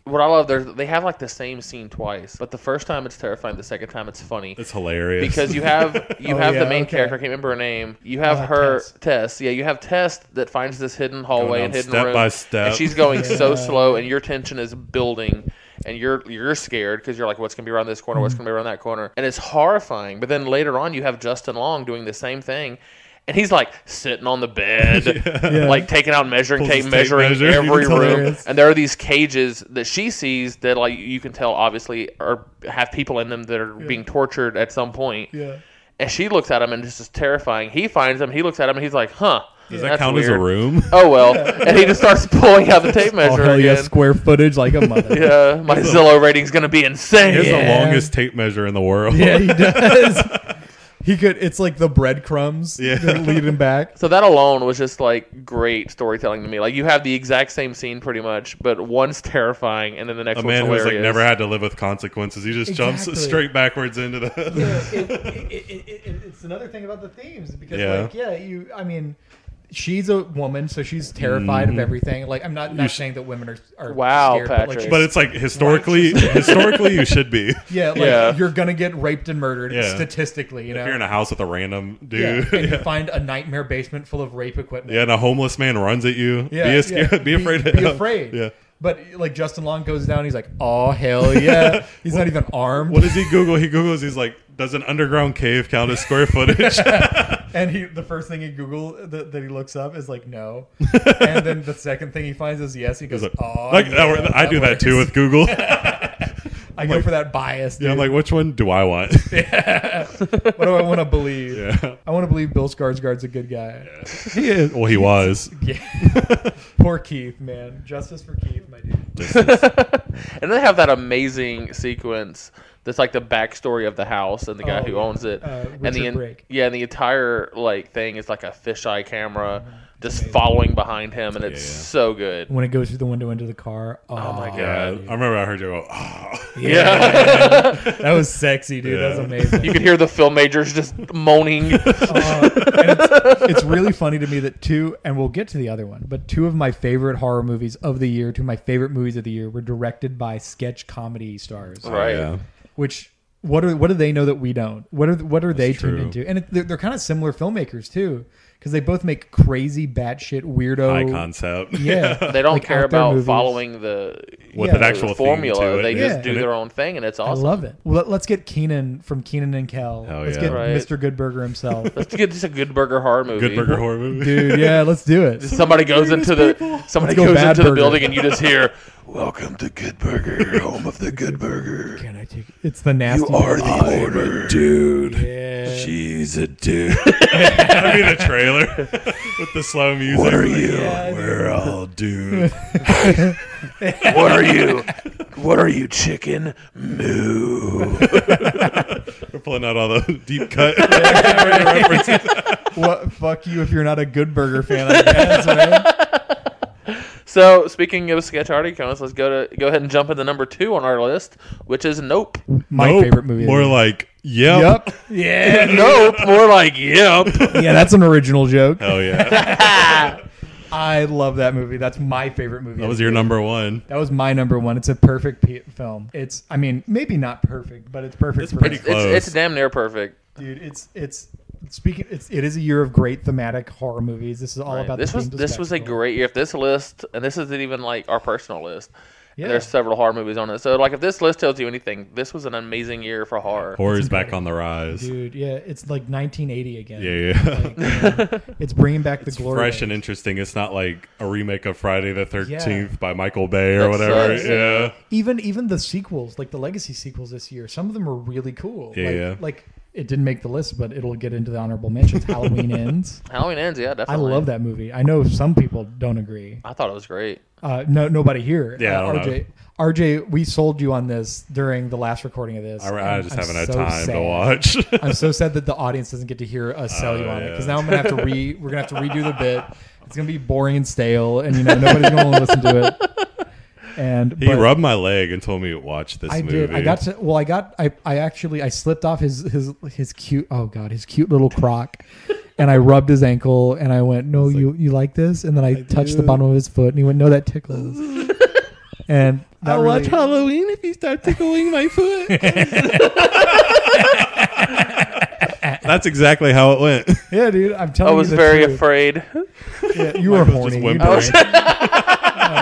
S1: What I love, there's- they have like the same scene twice, but the first time it's terrifying, the second time it's funny.
S3: It's hilarious *laughs*
S1: because you have you
S2: Oh,
S1: have
S2: yeah,
S1: the main
S2: okay.
S1: character. I can't remember her name. You have
S3: Oh,
S2: Uh,
S1: her
S2: Tess.
S1: Tess. Yeah, you have Tess that finds this hidden hallway
S3: Going
S1: and
S3: down
S1: hidden
S3: step
S1: room,
S3: by step.
S1: and she's going so
S2: Yeah.
S1: slow, and your tension is building, and you're you're scared because you're like, what's gonna be around this corner?
S3: Mm.
S1: What's gonna be around that corner? And it's horrifying. But then later on, you have Justin Long doing the same thing. And he's like sitting on the bed,
S3: *laughs*
S2: Yeah.
S1: like taking out measuring
S3: Pulls
S1: tape,
S3: his tape
S1: measuring
S3: measure. *laughs*
S1: every
S3: It's
S1: room.
S2: hilarious.
S1: And there are these cages that she sees that, like, you can tell obviously are have people in them that are being tortured at some point.
S2: Yeah.
S1: And she looks at him and it's just terrifying. He finds him, he looks at him, and he's like, huh.
S3: Does that
S1: that's
S3: count as a
S1: weird.
S3: room?
S1: Oh, well. And he just starts pulling out the
S3: *laughs*
S1: tape
S2: Oh
S1: measure
S2: hell yeah!
S1: again.
S2: Square footage like a mother.
S1: Yeah, my Zillow rating's going to be insane.
S3: It's
S2: Yeah.
S3: the longest tape measure in the world.
S2: *laughs*
S3: *laughs*
S2: Yeah, he does. he could. It's like the breadcrumbs.
S3: Yeah.
S2: that lead him back.
S1: So that alone was just like great storytelling to me. Like you have the exact same scene pretty much, but one's terrifying and then the next
S3: A
S1: one's
S3: man
S1: hilarious.
S3: who's like never had to live with consequences. He just
S2: Exactly.
S3: jumps straight backwards into the.
S2: *laughs*
S3: *laughs*
S2: it, it, it, it, it's another thing about the themes because
S3: Yeah.
S2: like yeah you i mean she's a woman so she's terrified
S3: Mm-hmm.
S2: of everything like i'm not, not
S3: sh-
S2: saying that women are, are
S1: Wow,
S2: scared, but, like,
S1: Patrick.
S2: she's-
S3: But it's like historically,
S2: *laughs*
S3: historically, you should be.
S2: yeah like
S1: Yeah.
S2: you're gonna get raped and murdered
S3: Yeah.
S2: statistically you know
S3: If you're in a house with a random
S2: yeah.
S3: dude,
S2: and
S3: *laughs* yeah.
S2: you find a nightmare basement full of rape equipment
S3: Yeah, and a homeless man runs at you,
S2: yeah,
S3: be, a sca-
S2: yeah.
S3: *laughs* be afraid.
S2: be,
S3: of him.
S2: afraid
S3: Yeah.
S2: but like justin long goes down he's like oh hell
S3: *laughs*
S2: yeah he's not even armed
S3: What does he Google? He Googles, he's like, does an underground cave count as square
S2: *laughs*
S3: footage? *laughs*
S2: And he, the first thing he Google that, that he looks up is like
S3: *laughs*
S2: no, and then the second thing he finds is yes. He goes,
S3: Like,
S2: oh,
S3: like,
S2: yeah,
S3: that- I do that
S2: works." *laughs*
S3: too with Google. *laughs*
S2: I go for that bias. Dude.
S3: Yeah, I'm like, which one do I want? *laughs*
S2: *laughs* what do I want to believe?
S3: Yeah.
S2: I want to believe Bill Skarsgård's a good guy.
S3: He is. Well,
S2: *laughs*
S3: he was.
S2: Yeah. Poor Keith, man. Justice for Keith, my dude.
S1: *laughs* and they have that amazing sequence that's like the backstory of the house and the guy
S2: Oh,
S1: who
S2: yeah.
S1: owns it.
S2: Uh,
S1: and
S2: Richard
S1: the en-
S2: Brake.
S1: yeah, and the entire like thing is like a fisheye camera
S2: Oh,
S1: just following behind him, and it's
S3: yeah.
S1: so good.
S2: When it goes through the window into the car. Oh, my
S1: God.
S3: Yeah, I
S1: Yeah.
S3: remember I heard you go, oh.
S1: Yeah,
S2: *laughs* that was sexy, dude. That
S3: Yeah.
S2: was amazing.
S1: you could hear the film majors just
S2: *laughs*
S1: moaning.
S2: Uh, and it's, it's really funny to me that two, and we'll get to the other one, but two of my favorite horror movies of the year, two of my favorite movies of the year, were directed by sketch comedy stars.
S1: right.
S3: Yeah.
S2: Which what are what do they know that we don't? What are what are they tuned
S3: true.
S2: into? And it, they're, they're kind of similar filmmakers too, because they both make crazy batshit weirdo.
S3: High concept.
S2: Yeah,
S1: They don't
S2: like
S1: care
S2: out there
S1: about
S2: movies.
S1: following the
S3: With
S2: Yeah.
S3: an actual
S1: the
S3: theme
S1: formula.
S3: to it.
S1: They
S2: Yeah.
S1: just do
S3: And it-
S1: their own thing, and it's
S2: I
S1: awesome.
S2: love it. Well, let's get Keenan from Keenan and Kel.
S3: Hell
S2: let's
S3: yeah.
S2: get
S1: Right.
S2: Mr.
S1: *laughs*
S2: Goodburger himself.
S1: Let's get just a good burger horror movie.
S3: *laughs* Good burger horror movie. *laughs*
S2: Dude, yeah, let's do it.
S1: Somebody goes into the somebody
S2: Let's go
S1: goes
S2: Bad
S1: into the
S2: Burger.
S1: building, and you just hear, "Welcome to Good Burger, home of the Good Burger."
S2: Can I take? It's the nasty.
S3: the order, dude.
S2: Yeah.
S3: She's a dude. That'd be the trailer *laughs* with the slow music. What are you?
S2: Yeah, dude.
S3: We're
S2: *laughs*
S3: all dude.
S1: What are you? What are you, chicken? Moo.
S3: We're pulling out all the *laughs* deep cut references.
S2: What fuck you if you're not a Good Burger fan? I guess, right?
S1: So, speaking of sketch art icons, let's go to go ahead and jump into number two on our list, which is Nope.
S2: *laughs* My
S3: Nope.
S2: favorite movie.
S3: More like, yep.
S2: Yep.
S3: *laughs*
S2: Yeah.
S1: nope. More like yep.
S2: Yeah, that's an original joke. *laughs*
S3: Hell yeah.
S2: I love that movie. That's my favorite movie.
S3: That was your number one.
S2: That was my number one. It's a perfect pe- film. It's, I mean, maybe not perfect, but it's perfect.
S3: It's
S2: for
S3: pretty
S2: us.
S3: Close.
S1: It's, it's damn near perfect.
S2: dude. It's it's speaking. It's it is a year of great thematic horror movies. This is all
S1: Right.
S2: about
S1: this
S2: the
S1: was
S2: themes of
S1: this was a
S2: spectacle.
S1: great year. If this list and this isn't even like our personal list,
S2: Yeah.
S1: There's several horror movies on it. So like if this list tells you anything, this was an amazing year for horror.
S3: Horror's back on the rise.
S2: Dude, yeah, it's like 1980 again.
S3: Yeah, yeah. *laughs*
S2: Like, yeah. it's bringing back the
S3: It's
S2: glory.
S3: fresh and
S2: days.
S3: interesting. It's not like a remake of Friday the 13th
S2: Yeah.
S3: by Michael Bay or
S1: That
S3: whatever.
S1: sucks.
S3: Yeah.
S2: even even the sequels, like the legacy sequels this year, some of them are really cool.
S3: Yeah,
S2: like,
S3: yeah.
S2: like it didn't make the list, but it'll get into the honorable
S3: *laughs*
S2: mentions. Halloween ends.
S1: Halloween ends, yeah,
S2: I
S1: definitely.
S2: love that movie. I know some people don't agree.
S1: I thought it was great.
S2: Uh, no, nobody here.
S3: Yeah,
S2: uh,
S3: I don't know.
S2: RJ, RJ, we sold you on this during the last recording of this.
S3: I, I just
S2: I'm
S3: haven't had
S2: so
S3: time to
S2: sad. *laughs*
S3: watch. *laughs*
S2: I'm so sad that the audience doesn't get to hear us sell you
S3: Oh,
S2: on it because
S3: yeah.
S2: now I'm gonna have to re
S3: *laughs*
S2: we're gonna have to redo the bit. It's gonna be boring and stale, and you know nobody's gonna want to listen to it.
S3: *laughs*
S2: And
S3: he
S2: but
S3: rubbed my leg and told me to watch this
S2: I
S3: movie.
S2: did. I got to. Well, I got. I, I actually I slipped off his his his cute. Oh god, his cute little croc,
S3: *laughs*
S2: and I rubbed his ankle, and I went, "No, you you like this?" And then I, touched the
S3: do.
S2: bottom of his foot, and he went, "No, that
S3: *laughs*
S2: tickles." and that really,
S3: Halloween if you start tickling my foot. That's exactly how it went.
S2: *laughs*
S3: *laughs*
S2: Yeah, dude. I'm
S1: I
S2: telling you.
S1: was
S2: the
S1: very
S2: truth.
S1: afraid.
S2: Yeah, you were
S3: Michael's
S2: horny. Oh.
S3: just
S2: You
S3: whimpering. *laughs*
S2: know.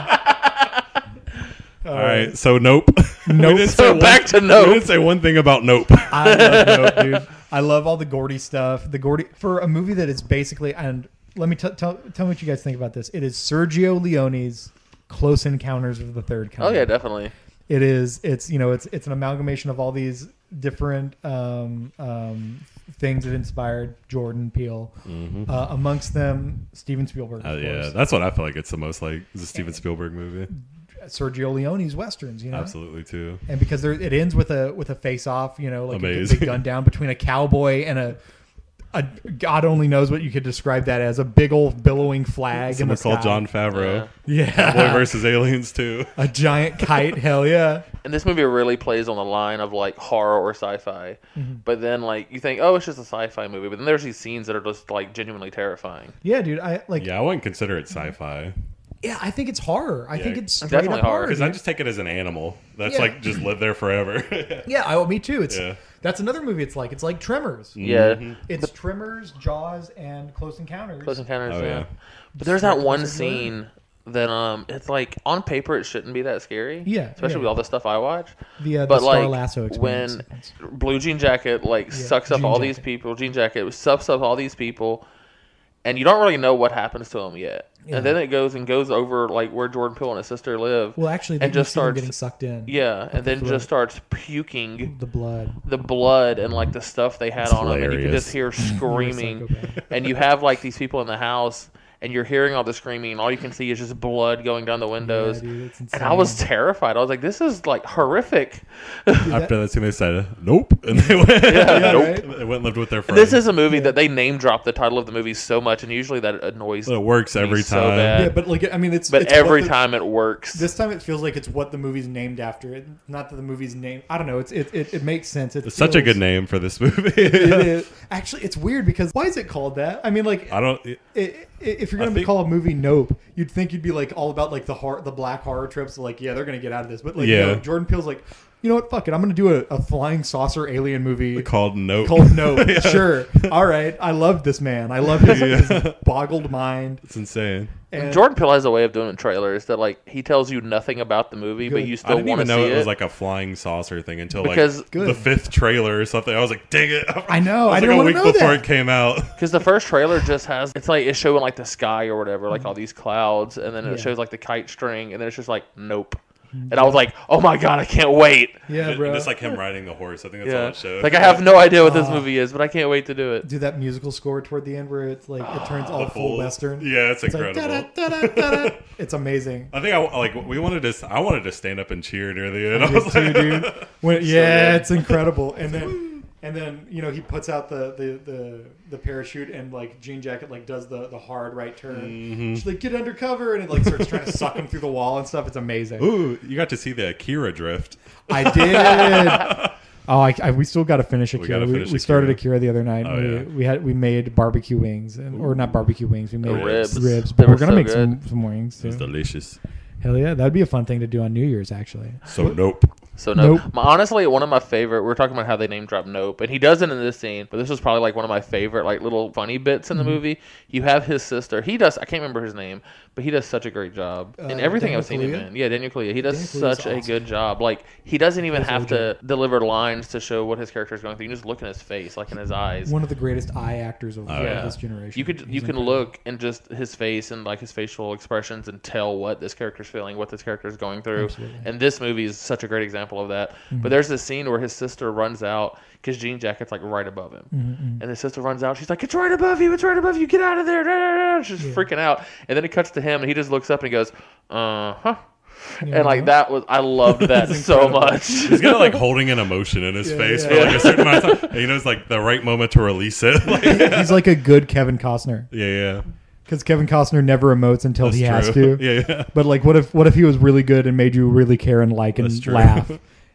S3: All right, so nope. *laughs*
S2: Nope.
S3: we didn't
S1: So
S3: say
S1: back to
S3: one,
S1: nope.
S3: We didn't say one thing about nope.
S2: *laughs*
S3: Uh,
S2: I love Nope,
S3: *laughs*
S2: dude. I love all the Gordy stuff. The Gordy for a movie that is basically and let me tell tell tell me what you guys think about this. It is Sergio Leone's Close Encounters of the Third Kind.
S1: Oh yeah, definitely.
S2: it is. It's you know it's it's an amalgamation of all these different um, um, things that inspired Jordan Peele. Uh, amongst them, Steven Spielberg. Of
S3: Mm-hmm. Uh, yeah,
S2: course.
S3: that's what I feel like. It's the most like the Steven Spielberg movie.
S2: Sergio Leone's westerns. You know,
S3: Absolutely too.
S2: and because there, it ends with a with a face off, you know, like a
S3: Amazing.
S2: big gun down between a cowboy and a, a God only knows what you could describe that as a big old billowing flag in the
S3: Someone called
S2: sky.
S3: John Favreau. Boy
S2: *laughs* yeah,
S3: versus
S2: *laughs*
S3: Aliens too.
S2: a giant kite, hell yeah,
S1: And this movie really plays on the line of like horror or sci-fi.
S2: Mm-hmm.
S1: But then like you think, oh, it's just a sci-fi movie. But then there's these scenes that are just like genuinely terrifying.
S2: yeah, dude. I like, yeah,
S3: Yeah, I wouldn't consider it sci-fi
S2: I think it's horror. I think it's straight
S1: definitely
S2: up
S1: horror.
S2: horror.
S3: because
S2: dude.
S3: I just take it as an animal that's
S2: Yeah.
S3: like just lived
S2: *laughs*
S3: there forever. *laughs*
S2: yeah, I, oh, me too. It's
S3: Yeah.
S2: that's another movie. It's like it's like Tremors.
S1: Yeah.
S2: It's Tremors, Jaws, and Close Encounters.
S1: Close Encounters.
S3: Oh,
S1: yeah.
S3: yeah.
S1: But there's that one
S2: Close Encounter.
S1: scene that um, it's like on paper it shouldn't be that scary.
S2: Yeah,
S1: Especially
S2: yeah.
S1: with all the stuff I watch.
S2: The, uh, the
S1: but
S2: Star
S1: like
S2: Lasso experience.
S1: when Blue Jean Jacket like sucks up
S2: Jean
S1: all these
S2: Jacket.
S1: people, Jean Jacket sucks up all these people, and you don't really know what happens to them yet.
S2: Yeah.
S1: And then it goes and goes over like where Jordan Peele and his sister live.
S2: well, actually,
S1: and just
S2: they just start
S1: starts
S2: getting sucked in.
S1: yeah, and then
S2: throat.
S1: just starts puking
S2: the blood.
S1: the blood and like the stuff they had
S3: It's
S1: on him, and you can just hear
S2: *laughs*
S1: screaming. and you have like these people in the house, and you're hearing all the screaming, and all you can see is just blood going down the windows.
S2: dude, it's
S1: and I was
S2: insane.
S1: terrified. I was like, "This is like horrific."
S3: After that scene, they said nope, *laughs* and they went.
S2: Yeah,
S3: nope.
S2: right?
S3: They went and lived with their friends.
S1: This is a movie that they name drop the title of the movie so much, and usually that annoys.
S3: it works every
S1: He's so
S3: time.
S1: bad.
S2: Yeah, but like I mean, it's
S1: But
S2: it's
S1: every
S2: what the-
S1: time it works.
S2: This time it feels like it's what the movie's named after. It, not that the movie's name. I don't know. It's it it, it makes sense. It
S3: it's such a
S2: feels-
S3: good name for this movie.
S2: *laughs* It is. Actually, it's weird because why is it called that? I mean, like.
S3: *laughs* I don't. It,
S2: i- i- if you're
S3: I
S2: gonna
S3: think-
S2: call a movie Nope, you'd think you'd be like all about like the horror, the black horror tropes. Like, yeah, they're gonna get out of this, but like,
S3: Yeah.
S2: no, Jordan Peele's like, you know what? Fuck it, I'm gonna do a, a flying saucer alien movie
S3: called nope.
S2: called Nope. Sure, all right, I love this man. I love his, his boggled mind.
S3: *laughs* It's insane.
S2: And
S1: Jordan Peele has a way of doing it in trailers that like he tells you nothing about the movie, but
S2: Good.
S1: you
S3: I
S1: still
S3: didn't
S1: want to
S3: even
S1: see
S3: know it,
S1: it.
S3: was like a flying saucer thing until
S1: Because-
S3: like the
S2: Good.
S3: fifth trailer or something. I was like, dang it! *laughs*
S2: I know,
S3: It was
S2: I
S3: like
S2: didn't
S3: a
S2: wanna
S3: week
S2: know
S3: before
S2: that.
S3: it came out.
S1: Because the first trailer just has it's like it's showing like the sky or whatever, like all these clouds, and then it
S2: Mm-hmm. Yeah. Mm-hmm.
S1: shows like the kite string, and then it's just like nope. And I was like, oh my god, I can't wait.
S2: *laughs* yeah,
S3: And
S2: bro.
S3: Just like him riding the horse. I think that's all
S1: Yeah,
S3: it showed.
S1: like I have no idea what this
S2: Uh,
S1: movie is, but I can't wait to do it.
S2: do that musical score toward the end where it's like it turns all full, western.
S3: Yeah, it's,
S2: it's like
S3: incredible.
S2: da da da da
S3: *laughs*
S2: da. It's amazing.
S3: I think I like we wanted to. I wanted to stand up and cheer near
S2: *laughs*
S3: the end. *laughs* I,
S2: I
S3: was
S2: did
S3: like,
S2: too, dude. When- yeah,
S1: good.
S2: it's incredible. And
S3: *laughs*
S2: then and then you know he puts out the the the, the parachute and like jean jacket like does the the hard right turn.
S3: Mm-hmm.
S2: She's like get undercover and it like starts trying to suck him through the wall and stuff. It's amazing.
S3: "Ooh, you got to see the Akira drift."
S2: I did. *laughs* Oh, I, I, we still got to finish Akira.
S3: gotta
S2: We,
S3: finish
S2: we started
S3: Akira.
S2: Akira the other night.
S3: Oh,
S2: we,
S3: yeah.
S2: we had we made barbecue wings, and, or not barbecue wings. We made
S1: Ribs.
S2: ribs.
S1: They
S2: but we're
S1: were
S2: gonna
S1: so
S2: make
S1: good.
S2: some some wings.
S3: It's
S2: Too.
S3: delicious.
S2: Hell yeah, that'd be a fun thing to do on New Year's actually.
S3: So nope.
S1: So no.
S2: Nope.
S1: My, honestly, one of my favorite. We are talking about how they name drop Nope, and he doesn't in this scene, but this was probably like one of my favorite like little funny bits in the
S2: Mm-hmm.
S1: movie. You have his sister. He does. I can't remember his name, but he does such a great job in
S2: Uh,
S1: everything
S2: Daniel
S1: I've seen him
S2: Kaluuya?
S1: in. Yeah, Daniel Kaluuya. He does
S2: Kaluuya's
S1: such a
S2: awesome.
S1: good job. Like he doesn't even
S2: He's
S1: have
S2: really
S1: to deliver lines to show what his character is going through. You just look in his face, like in his eyes.
S2: One of the greatest eye actors of
S3: Oh,
S2: of
S1: yeah.
S2: this generation.
S1: You could
S2: He's
S1: you can
S2: incredible.
S1: look and just his face and like his facial expressions and tell what this character's feeling, what this character's going through.
S2: Absolutely.
S1: And this movie is such a great example of that. But there's this scene where his sister runs out because Jean Jacket's like right above him, and his sister runs out. She's like, "It's right above you! It's right above you! Get out of there!" Rah, rah, rah." She's freaking out, and then it cuts to him, and he just looks up and he goes, "Uh huh," and like that was I loved that so much.
S3: He's kind of like holding an emotion in his face for
S1: yeah.
S3: like a certain
S2: *laughs*
S3: amount of time. And he knows like the right moment to release it. *laughs* Like,
S2: *laughs* He's like a good Kevin Costner
S3: yeah, yeah.
S2: because Kevin Costner never emotes until Oh, he
S3: That's
S2: has
S3: true.
S2: to.
S3: *laughs* Yeah, yeah.
S2: But like, what if what if he was really good and made you really care and like
S3: That's
S2: and
S3: true. *laughs*
S2: laugh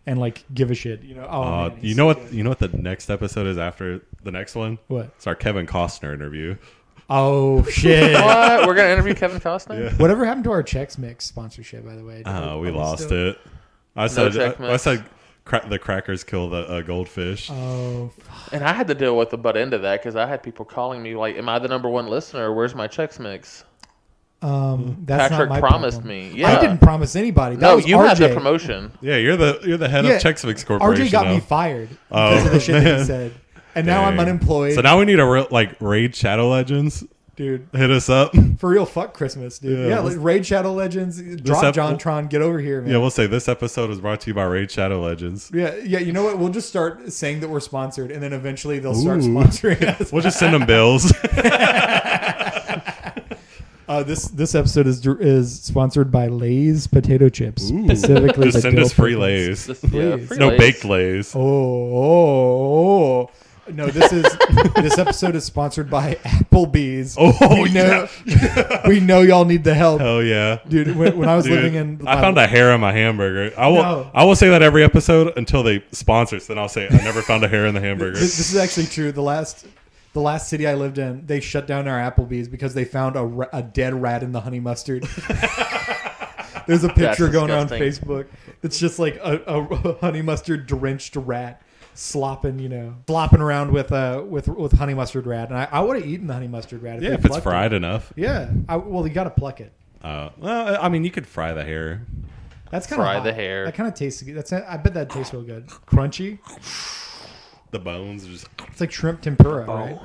S2: and like give a shit? You know. Oh,
S3: Uh,
S2: man,
S3: you
S2: he's
S3: know
S2: so
S3: what?
S2: good.
S3: You know what the next episode is after the next one?
S2: What?
S3: It's our Kevin Costner interview. *laughs*
S2: Oh shit!
S1: *laughs* what? We're gonna interview Kevin Costner.
S3: Yeah.
S2: Whatever happened to our Chex Mix sponsorship? By the way.
S3: Oh, we
S2: Are
S3: lost
S2: still-
S3: it. I said.
S1: check
S3: I, I
S1: mix.
S3: said. Cra- the crackers kill the uh, goldfish.
S2: Oh,
S1: And I had to deal with the butt end of that because I had people calling me like, "Am I the number one listener? Where's my checks mix?"
S2: um, that's
S1: Patrick
S2: not my
S1: promised
S2: problem.
S1: me.
S2: I
S1: Yeah.
S2: didn't promise anybody. That
S1: no,
S2: was
S1: you
S2: RJ.
S1: had the promotion.
S2: *laughs*
S3: yeah, you're the you're the head
S2: Yeah,
S3: of Chex Mix Corporation.
S2: RJ got
S3: now.
S2: me fired
S3: Oh,
S2: because of the shit that he
S3: *laughs* man.
S2: said, and now I'm
S3: Dang.
S2: unemployed.
S3: So now we need a real like raid Shadow Legends.
S2: dude,
S3: Hit us up. *laughs*
S2: for real, fuck Christmas, dude.
S3: Yeah,
S2: Yeah,
S3: this-
S2: like, Raid Shadow Legends, drop
S3: ep-
S2: JonTron, get over here, man.
S3: Yeah, we'll say this episode is brought to you by Raid Shadow Legends.
S2: Yeah, yeah. You know what? We'll just start saying that we're sponsored, and then eventually they'll start
S3: Ooh. *laughs*
S2: sponsoring us.
S3: We'll just send
S2: *laughs*
S3: them bills.
S2: Uh, this this episode is is sponsored by Lay's potato chips,
S3: Ooh.
S2: specifically. the
S3: just send us
S2: dill
S3: free
S2: pickles.
S3: lays.
S1: This- yeah,
S2: Please.
S1: free
S3: No
S1: lays.
S3: baked lays.
S2: Oh, oh, oh. no! This is *laughs* this episode is sponsored by Applebee's. *laughs*
S3: Oh,
S2: we know, we know y'all need the help,
S3: *laughs* Hell yeah.
S2: dude. When, when I was
S3: Dude,
S2: living in,
S3: I found a hair on my hamburger. I will
S2: No.
S3: I will say that every episode until they sponsor us, then I'll say I never found a hair in the
S2: *laughs*
S3: hamburger.
S2: This, this is actually true. The last the last city I lived in, they shut down our Applebee's because they found a, ra- a dead rat in the honey mustard. *laughs* There's a picture going around
S1: disgusting.
S2: Facebook. It's just like a, a honey mustard drenched rat slopping, you know, flopping around with uh with with honey mustard rat. And I, I would have eaten the honey mustard rat. If
S3: yeah,
S2: they
S3: if it's
S2: plucked it.
S3: fried enough.
S2: Yeah. I, well, you got to pluck it.
S3: Uh, well, I mean, you could fry the hair.
S2: That's kind of
S1: Fry the hair.
S2: That kind of tastes. good. That's. I bet that tastes real good. Crunchy.
S3: The bones are just
S2: It's like shrimp tempura,
S1: Oh.
S2: right?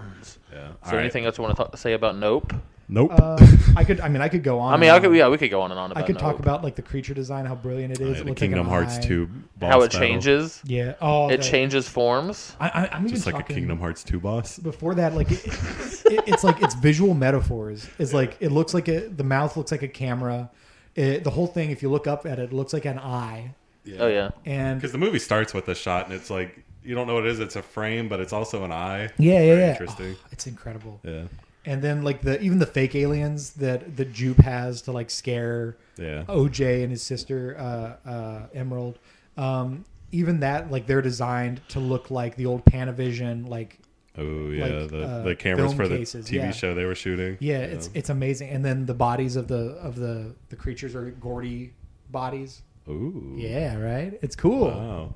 S3: yeah.
S1: So, anything else you want to th- say about Nope?
S3: Nope.
S2: Uh, I could. I mean, I could go on.
S1: I mean,
S2: and
S1: I
S2: on.
S1: could. Yeah, we could go on and on
S2: Um, I
S1: about.
S2: could talk
S1: Nope.
S2: about like the creature design, how brilliant it is.
S3: Yeah,
S2: It
S3: Uh, the
S2: looks like
S3: Kingdom
S2: an
S3: Hearts
S2: eye.
S3: 2
S1: how
S3: boss
S1: it
S3: battle.
S1: changes.
S2: Yeah. Oh,
S1: It
S2: the-
S1: changes forms.
S2: I, I, I'm even
S3: Just like a
S2: talking-
S3: Kingdom Hearts 2 boss.
S2: Before that, like it, it, it's like it's visual metaphors. It's like it looks like a, the mouth looks like a camera. It, the whole thing, if you look up at it, looks like an eye.
S1: Oh yeah.
S2: And
S3: Because the movie starts with a shot and it's like, you don't know what it is. It's a frame, but it's also an eye.
S2: yeah, yeah,
S3: Very
S2: yeah.
S3: interesting.
S2: Oh, it's incredible.
S3: Yeah.
S2: And then like the even the fake aliens that the Jupe has to like scare
S3: Yeah.
S2: OJ and his sister uh, uh, Emerald. Um, even that, like they're designed to look like the old Panavision. Like,
S3: Oh yeah,
S2: like,
S3: the,
S2: uh,
S3: the cameras
S2: film
S3: for the
S2: cases,
S3: TV
S2: yeah.
S3: show they were shooting.
S2: yeah, it's it's amazing. And then the bodies of the of the the creatures are Gordy bodies.
S3: Ooh.
S2: Yeah, right. It's cool.
S3: Wow.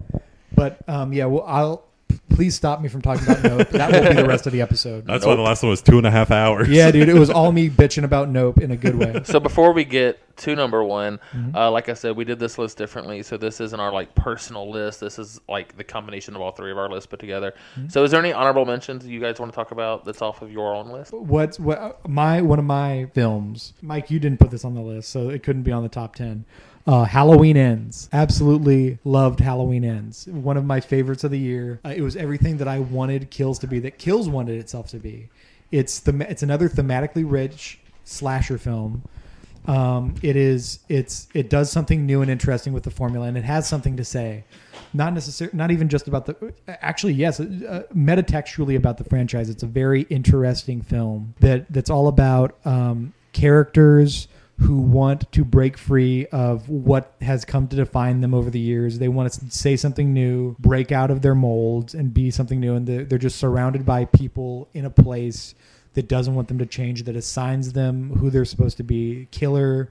S2: But um, yeah, well, I'll please stop me from talking about Nope. That will be the rest of the episode.
S3: That's why the last one was two and a half hours.
S2: yeah,
S3: *laughs*
S2: dude, it was all me bitching about Nope in a good way.
S1: So before we get to number one,
S2: Mm-hmm.
S1: uh, like I said, we did this list differently. So this isn't our like personal list. This is like the combination of all three of our lists put together.
S2: Mm-hmm.
S1: So is there any honorable mentions you guys want to talk about that's off of your own list?
S2: What's what my one of my films, Mike? You didn't put this on the list, so it couldn't be on the top ten. Uh, Halloween Ends. Absolutely loved Halloween Ends. One of my favorites of the year. Uh, it was everything that I wanted Kills to be, that Kills wanted itself to be. It's the it's another thematically rich slasher film. Um, it is it's it does something new and interesting with the formula, and it has something to say. Not necessarily, not even just about the. Actually, yes, uh, metatextually about the franchise. It's a very interesting film that that's all about um, characters who want to break free of what has come to define them over the years. They want to say something new, break out of their molds, and be something new. And they're they're just surrounded by people in a place that doesn't want them to change, that assigns them who they're supposed to be killer,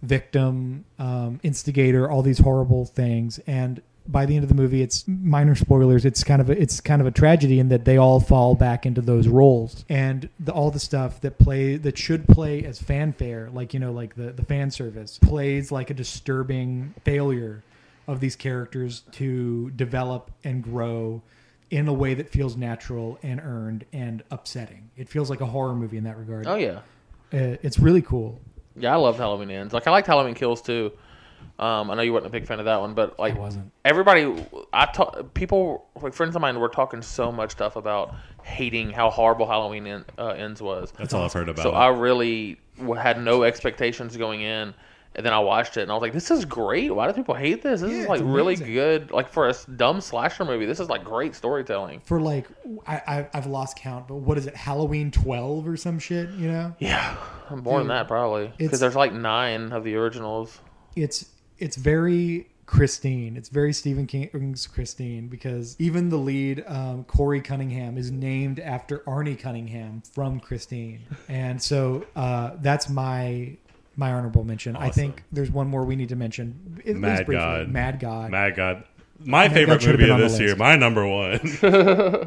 S2: victim, um, instigator, all these horrible things. And by the end of the movie it's minor spoilers it's kind of a, it's kind of a tragedy in that they all fall back into those roles and the, all the stuff that play that should play as fanfare like you know like the the fan service plays like a disturbing failure of these characters to develop and grow in a way that feels natural and earned and upsetting it feels like a horror movie in that regard
S1: Oh yeah,
S2: Uh, it's really cool
S1: yeah. I love Halloween Ends. Like I liked Halloween Kills too. Um, I know you weren't a big fan of that one, but like
S2: I wasn't.
S1: everybody, I talk people like friends of mine were talking so much stuff about hating how horrible Halloween en- uh, Ends was.
S3: That's all I've heard about.
S1: So
S3: it.
S1: I really w- had no expectations going in, and then I watched it and I was like, "This is great! Why do people hate this? This
S2: Yeah,
S1: is
S2: it's
S1: like really
S2: amazing.
S1: good. Like for a s- dumb slasher movie, this is like great storytelling."
S2: for like I, I I've lost count, but what is it? Halloween twelve or some shit? You know,
S1: Yeah, more than
S2: Dude,
S1: that probably
S2: it's-
S1: because there's like nine of the originals.
S2: it's it's very Christine. It's very Stephen King's Christine because even the lead um, Corey Cunningham is named after Arnie Cunningham from Christine, and so uh, that's my. My honorable mention. I think there's one more we need to mention. at least
S3: Mad
S2: briefly.
S3: God.
S2: Mad God.
S3: Mad God. My favorite
S2: should have
S3: movie
S2: been
S3: of
S2: on the
S3: this year,
S2: list.
S3: my
S1: *laughs*
S3: number one.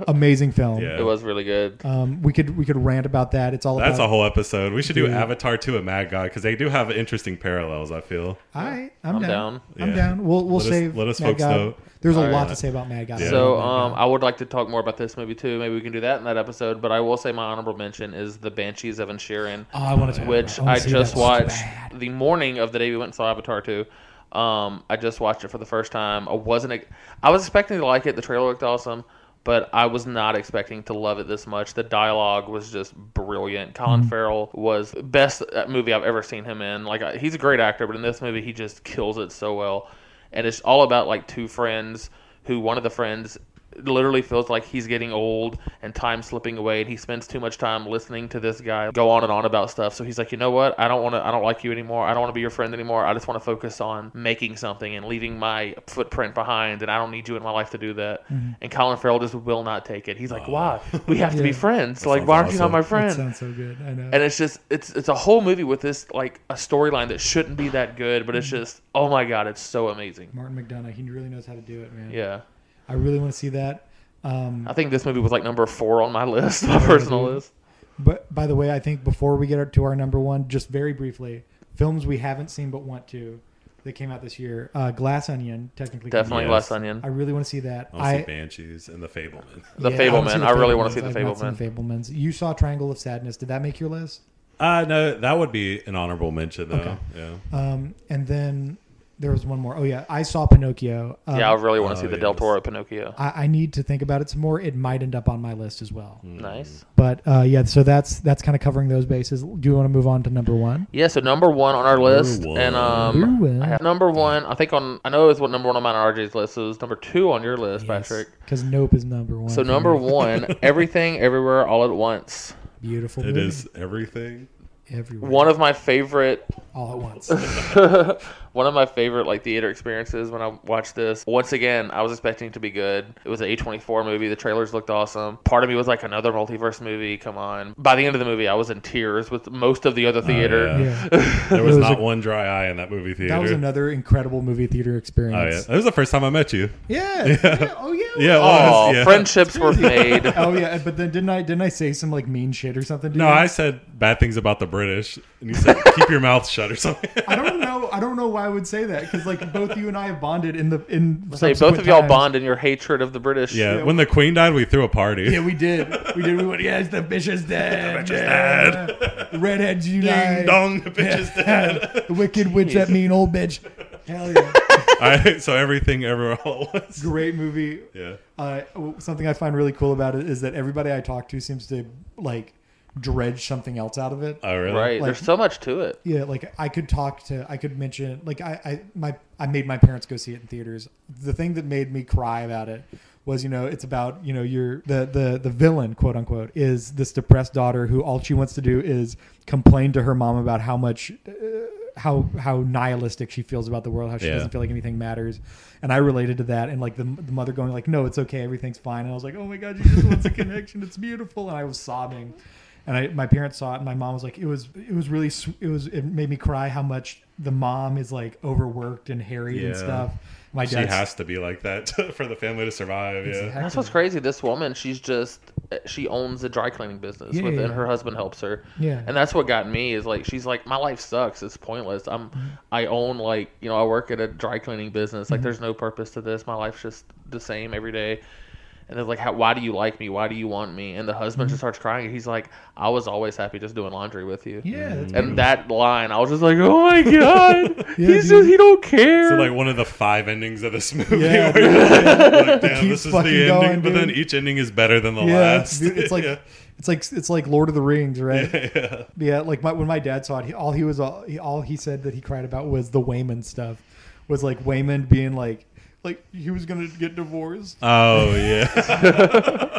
S2: Amazing film.
S3: Yeah.
S1: It was really good.
S2: Um, we could we could rant about that. It's all
S3: That's a
S2: about.
S3: whole episode. We should do
S2: Dude.
S3: Avatar 2 and Mad God because they do have interesting parallels, I feel.
S2: All right, I'm,
S1: I'm
S2: down.
S1: down.
S2: I'm
S3: Yeah.
S2: down. We'll we'll
S3: Let us-
S2: save.
S3: let us
S2: Mad
S3: folks
S2: God.
S3: know.
S2: There's a
S1: All
S2: lot
S1: right.
S2: to say about Mad Oh, God. I
S1: So
S2: love Mad
S1: um,
S2: God.
S1: I would like to talk more about this movie too. Maybe we can do that in that episode. But I will say my honorable mention is the Banshees of Inisherin,
S2: Oh, I want to talk
S1: which
S2: about it. wanna
S1: I
S2: see
S1: just
S2: *laughs* that so
S1: watched
S2: bad.
S1: the morning of the day we went and saw Avatar two. Um, I just watched it for the first time. I wasn't. ex- I was expecting to like it. The trailer looked awesome, but I was not expecting to love it this much. The dialogue was just brilliant. Colin
S2: Mm-hmm.
S1: Farrell was best uh, movie I've ever seen him in. Like I- he's a great actor, but in this movie he just kills it so well. And it's all about like two friends who one of the friends literally feels like he's getting old and time slipping away and he spends too much time listening to this guy go on and on about stuff so he's like you know what i don't want to i don't like you anymore i don't want to be your friend anymore i just want to focus on making something and leaving my footprint behind and i don't need you in my life to do that
S2: Mm-hmm.
S1: and colin farrell just will not take it he's like why
S3: *laughs*
S1: we have to be
S2: Yeah.
S1: friends like
S3: Oh. sounds
S1: why aren't you not
S3: awesome.
S1: my
S2: That
S1: friend
S2: sounds so good. I know.
S1: and it's just it's it's a whole movie with this like a storyline that shouldn't be that good but it's
S2: Mm-hmm.
S1: just oh my god it's so amazing
S2: Martin McDonough, he really knows how to do it, man.
S1: yeah
S2: I really want to see that. Um,
S1: i think this movie was like number four on my *laughs* list my
S3: Mm-hmm.
S1: personal
S2: dude.
S1: list
S2: but by the way, I think before we get to our number one, just very briefly, films we haven't seen but want to that came out this year. Uh, Glass Onion, technically. came
S1: Definitely
S3: Yes.
S1: Glass
S2: out.
S1: Onion.
S2: I really want to see that.
S3: I'll see Banshees and The Fableman.
S1: The
S2: yeah, haven't seen
S1: Fableman. I really want
S2: Fablemans.
S1: to see the
S2: I've not seen
S1: Fableman.
S2: Fablemans. You saw Triangle of Sadness. Did that make your list?
S3: Uh, no, that would be an honorable mention, though. Yeah.
S2: Um, and then there was one more. Oh yeah, I saw Pinocchio. Um,
S1: Yeah, I really want
S3: Oh,
S1: to see the Del
S3: yes.
S1: Toro Pinocchio.
S2: I, I need to think about it some more. It might end up on my list as well.
S1: Hmm.
S3: Mm.
S1: Nice.
S2: But uh, yeah, so that's that's kind of covering those bases. Do you want to move on to number one? uh,
S1: Yeah, so number one on our list,
S3: one.
S1: and um,
S2: Number one.
S1: I have number one. I think on I know it's what number one on mine and RJ's list. So it was number two on your list, Patrick.
S2: Because Nope is number one.
S1: So
S2: for
S1: number
S2: me.
S3: Mm-hmm. *laughs*
S1: one, everything, everywhere, all at once.
S2: beautiful.
S3: It
S2: movie.
S3: is everything.
S2: everywhere.
S1: One of my favorite
S2: all at
S3: *laughs*
S2: once.
S1: one of my favorite like theater experiences when I watched this. Once again, I was expecting it to be good. It was an A24 movie. The trailers looked awesome. Part of me was like another multiverse movie. Come on. By the end of the movie, I was in tears with most of the other theater.
S3: Oh, yeah.
S2: yeah,
S3: There was,
S2: It was
S3: not
S2: a-
S3: one dry eye in that movie theater.
S2: that was another incredible movie theater
S3: Oh, yeah.
S2: experience.
S3: That was the first time I met you. *laughs*
S2: yeah. Yeah. Oh yeah.
S3: Yeah. it
S1: Oh,
S3: was, *laughs* yeah.
S1: friendships *laughs* were made.
S2: *laughs* Oh yeah. But then didn't I didn't I say some like mean shit or something? To
S3: No,
S2: you?
S3: I said bad things about the British, and you said keep your mouth shut or something.
S2: *laughs* *laughs* I don't know. I don't know why I would say that because like both you and I have bonded in the in.
S1: Say both
S2: subsequent
S1: of y'all
S2: times.
S1: bond in your hatred of the British.
S3: yeah, when the Queen died, we threw a party.
S2: Yeah, we did. We did. We went. Yes, the bitch is dead.
S3: dead.
S2: The redhead's
S3: *laughs* Ding
S2: unite.
S3: dong, the bitch is dead.
S2: the wicked witch, that mean old bitch.
S1: *laughs*
S2: Hell yeah!
S3: All right, so everything ever all at once.
S2: Great movie.
S3: Yeah.
S2: Uh, w- something I find really cool about it is that everybody I talk to seems to like dredge something else out of it.
S3: Oh, really?
S1: Right.
S2: Like-
S1: There's so much to it.
S2: Yeah, like I could talk to, I could mention, like I, I, my, I made my parents go see it in theaters. The thing that made me cry about it was, you know, it's about, you know, your the the the villain, quote unquote, is this depressed daughter who all she wants to do is complain to her mom about how much, uh, how how nihilistic she feels about the world, how she
S3: Yeah.
S2: doesn't feel like anything matters. And I related to that, and like the, the mother going like, no, it's okay, everything's fine. And I was like, oh my god, she just wants a connection. It's beautiful, and I was sobbing and I, my parents saw it and my mom was like it was it was really sw- it was it made me cry how much the mom is like overworked and harried and
S3: Yeah.
S2: stuff My
S3: she
S2: dad's-
S3: has to be like that *laughs* to, for the family to survive. Yeah.
S1: That's what's crazy. This woman, she's just she owns a dry cleaning business,
S2: Yeah,
S1: with,
S2: yeah,
S1: and
S2: yeah.
S1: her husband helps her.
S2: Yeah.
S1: and that's what got me is like she's like my life sucks. It's pointless. I'm
S2: Mm-hmm.
S1: I own like you know I work at a dry cleaning business. Like there's no purpose to this. My life's just the same every day. And they're like, how, why do you like me? Why do you want me? And the husband
S2: Mm-hmm.
S1: just starts crying. He's like, I was always happy just doing laundry with you.
S2: Yeah,
S3: Mm.
S2: that's
S1: And that line, I was just like, oh my god,
S2: *laughs* Yeah,
S1: he's
S2: dude.
S1: just he don't care.
S3: So like one of the five endings of this *laughs* movie.
S2: Yeah, *laughs*
S3: where you're like,
S2: It
S3: damn,
S2: keeps
S3: this is the
S2: fucking
S3: ending,
S2: going,
S3: but then
S2: dude.
S3: each ending is better than the
S2: yeah,
S3: last.
S2: it's, dude,
S3: *laughs*
S2: it's like
S3: yeah.
S2: it's like it's like Lord of the Rings, right? Yeah,
S3: yeah.
S2: like my, when my dad saw it, he, all he was all he, all he said that he cried about was the Wayman stuff, was like Wayman being like like he was gonna get
S3: *laughs*
S2: divorced,
S3: Oh yeah.
S2: *laughs*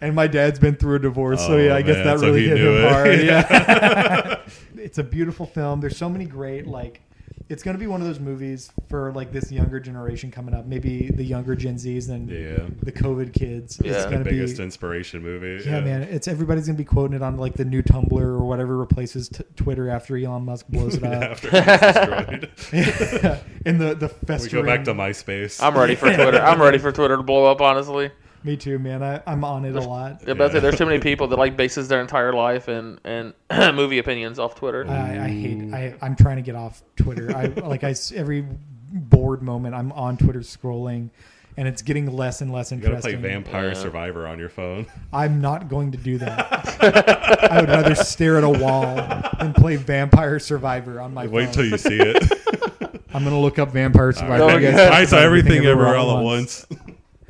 S2: and my dad's been through a divorce, so
S3: Oh,
S2: yeah, I guess
S3: man,
S2: that
S3: so
S2: really
S3: he
S2: hit
S3: knew
S2: him
S3: it.
S2: hard.
S3: *laughs*
S2: Yeah, *laughs* it's a beautiful film. There's so many great like. It's going to be one of those movies for like this younger generation coming up, maybe the younger Gen Zs and
S3: Yeah.
S2: the COVID kids.
S1: Yeah.
S2: It's
S1: The
S2: going to be
S3: Biggest inspiration movie.
S2: Yeah, man, it's everybody's gonna be quoting it on like the new Tumblr or whatever replaces t- Twitter after Elon Musk blows it
S3: *laughs* Yeah,
S2: up.
S3: After it was destroyed.
S2: *laughs* and the the
S3: *laughs* we
S2: festering.
S3: go back to MySpace.
S1: I'm ready for Twitter. I'm
S3: *laughs*
S1: ready for Twitter to blow up. Honestly.
S2: Me too, man. I, I'm on
S3: *laughs*
S2: it a lot.
S1: Yeah, but
S3: Yeah.
S1: there's too many people that like bases their entire life and and *clears throat* movie opinions off Twitter.
S2: I, I hate. I I'm trying to get off Twitter. I *laughs* like I s- every bored moment I'm on Twitter scrolling, and it's getting less and less
S3: You gotta play
S2: interesting.
S3: Vampire
S1: Yeah.
S3: Survivor on
S2: *laughs*
S3: your phone.
S2: I'm not going to do that.
S3: *laughs*
S2: I would rather stare at a wall than play Vampire Survivor on my
S3: Wait
S2: phone.
S3: till you see
S2: *laughs*
S3: it. *laughs*
S2: I'm gonna look up Vampire Survivor.
S1: Don't
S2: You guys
S1: get-
S2: talk
S3: I
S2: about
S3: saw everything everywhere all at once. *laughs*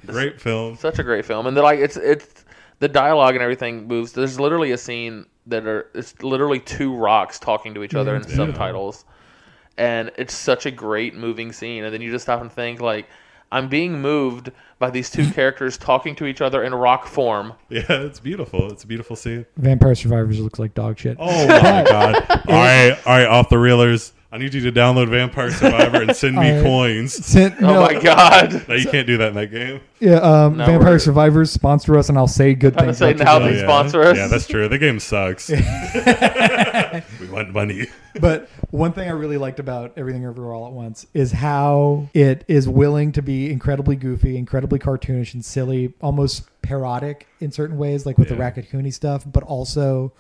S3: Great film.
S1: Such a great film, and they're like it's it's the dialogue and everything moves. There's literally a scene that are it's literally two rocks talking to each other
S3: Mm-hmm.
S1: in subtitles, and it's such a great moving scene. And then you just stop and think like. I'm being moved by these
S3: *laughs*
S1: two characters talking to each other in rock form.
S3: Yeah, it's beautiful. It's a
S2: *laughs*
S3: beautiful scene.
S2: Vampire Survivors looks like dog shit.
S3: Oh my god! All right, all right, off the reelers. I need you to download Vampire Survivor and send
S2: *laughs*
S3: me
S2: All right.
S3: coins.
S2: Sent-
S1: Oh
S2: no,
S1: my
S3: *laughs*
S1: god! *laughs*
S3: No, you can't do that in that game.
S2: Yeah, um,
S1: No,
S2: Vampire
S1: we're-
S2: Survivors sponsor us, and I'll say good
S1: Trying to
S2: things.
S1: say
S2: about you
S1: now
S2: guys.
S1: they sponsor us.
S3: Oh, Yeah, that's true. The
S2: *laughs*
S3: game sucks. *laughs* we want money.
S2: But one thing I really liked about Everything Everywhere All at Once is how it is willing to be incredibly goofy, incredibly cartoonish and silly, almost parodic in certain ways, like with the
S3: Yeah.
S2: Raccatoonie stuff, but also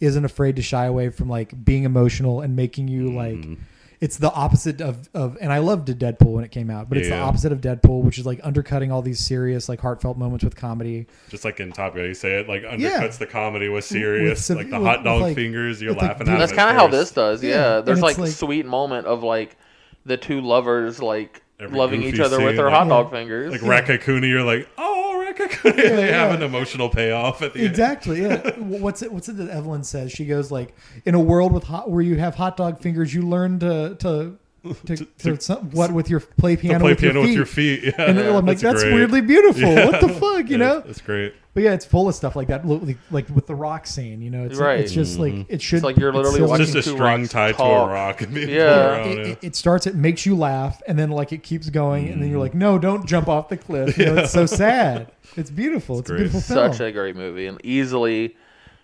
S2: isn't afraid to shy away from like being emotional and making you
S3: Mm.
S2: like. It's the opposite of, of, and I loved Deadpool when it came out, but it's the
S3: Yeah.
S2: opposite of Deadpool, which is like undercutting all these serious, like heartfelt moments with comedy.
S3: Just like in Top Gun, you say it like undercuts
S2: Yeah.
S3: the comedy with serious,
S2: sev-
S3: like the
S2: with-
S3: hot dog
S2: with, like-
S3: fingers. You're
S2: with, like,
S3: laughing
S2: dude-
S3: at.
S1: That's
S3: them
S1: kind
S3: at
S1: of how this
S3: first.
S1: does.
S2: Yeah,
S1: Yeah,
S2: and
S1: there's
S2: it's
S1: like,
S2: like-
S1: sweet moment of like the two lovers like
S3: Every
S1: loving
S3: goofy
S1: each other with
S3: scene,
S1: their
S3: like-
S1: hot dog fingers.
S3: Like Rakakuni, you're like, oh, Rakakuni. *laughs* they have
S2: yeah.
S3: an emotional payoff at the end.
S2: Exactly.
S3: *laughs*
S2: Yeah. W- what's it? What's it that Evelyn says? She goes like, in a world with hot, where you have hot dog fingers, you learn to to to, to, some- what with your play piano,
S3: To play
S2: with,
S3: piano
S2: your
S3: with your feet. Yeah,
S2: And then I'm like, that's,
S3: great.
S2: weirdly beautiful.
S3: Yeah.
S2: What the fuck,
S3: Yeah,
S2: you know?
S3: That's great.
S2: But yeah, it's full of stuff like that, li- like, like with the rock scene. You know, it's
S1: Right.
S2: it's just like it should.
S1: It's like you're
S2: it's
S1: literally
S2: silly.
S1: watching uh,
S3: Just a
S1: two
S3: string
S1: rocks
S3: tied
S1: talk.
S3: to a rock. And being
S1: Yeah.
S3: pulled around,
S2: It, it, it starts. It makes you laugh, and then like it keeps going, and then
S3: Mm.
S2: you're like, "No, don't jump off the cliff." You know,
S3: *laughs*
S2: it's so sad. It's beautiful. It's, a
S3: great.
S2: beautiful film.
S1: Such a great movie, and easily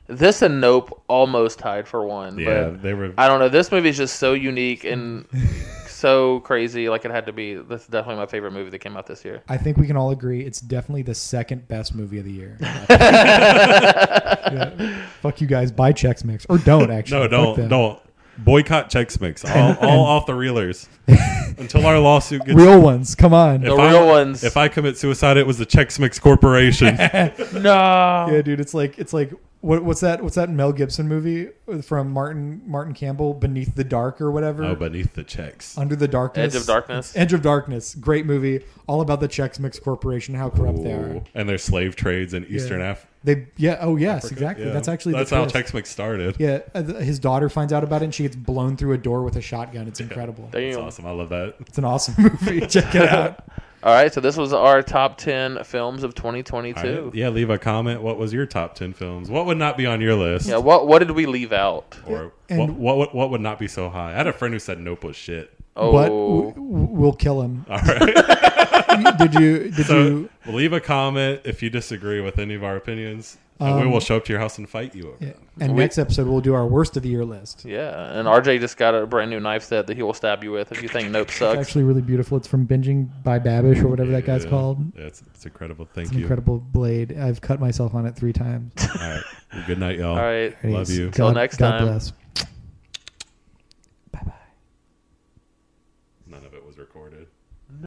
S1: this and Nope almost tied for one.
S3: yeah,
S1: but
S3: they were.
S1: I don't know. This movie is just so unique
S2: *laughs*
S1: and so crazy. Like it had to be. This is definitely my favorite movie that came out this year.
S2: I think we can all agree it's definitely the second best movie of
S1: *laughs*
S2: the year. Yeah. Fuck you guys, buy Chex Mix or don't actually.
S3: no,
S2: Fuck
S3: don't
S2: them.
S3: don't boycott Chex
S2: *laughs*
S3: Mix. All, all off the reelers until our lawsuit gets.
S2: Real ones, come on.
S1: The
S3: If I-
S1: real ones.
S3: If I commit suicide, it was the Chex
S2: *laughs*
S3: Mix Corporation.
S1: no.
S2: Yeah, dude, it's like it's like what, what's that? What's that Mel Gibson movie from Martin Martin Campbell, Beneath the Dark or whatever?
S3: oh, beneath the checks.
S2: Under the Darkness.
S1: Edge of Darkness.
S2: Edge of Darkness, great movie, all about the Chex Mix Corporation, how corrupt they are.
S3: Ooh. And their slave trades in Eastern Africa.
S2: They, yeah, oh yes, exactly. That's actually
S3: that's
S2: the
S3: how
S2: twist.
S3: Tex Mex started.
S2: Yeah, uh, th- his daughter finds out about it, and she gets blown through a door with a shotgun. It's incredible.
S1: Damn.
S3: It's awesome. I love that.
S2: It's an awesome
S3: *laughs*
S2: movie. Check it out.
S1: All right, so this was our top ten films of 2022.
S3: All right. Yeah, leave a comment. What was your top ten films? What would not be on your list?
S1: yeah. What What did we leave out?
S3: Or
S2: And-
S3: what, what would- what would not be so high? I had a friend who said Nope was shit. *laughs*
S2: what
S1: Oh.
S2: w- w- will kill him.
S3: All right.
S2: did
S3: *laughs*
S2: you? Did
S3: so
S2: you?
S3: leave a comment if you disagree with any of our opinions, and we
S2: Um,
S3: will show up to your house and fight you over.
S2: Yeah.
S3: it.
S2: And
S1: We-
S2: next episode we'll do our worst of the year list.
S1: Yeah, and RJ just got a brand new knife set that he will stab you with if you think Nope
S2: It's
S1: sucks.
S2: actually really beautiful. It's from Binging by Babish or whatever that guy's
S3: Yeah.
S2: called.
S3: Yeah, it's, it's incredible. Thank
S2: It's an
S3: you.
S2: incredible blade. I've cut myself on it three times.
S3: *laughs* All right. Well, good night, y'all.
S1: All right.
S3: Love you.
S1: Till next
S2: God
S1: time.
S2: bless.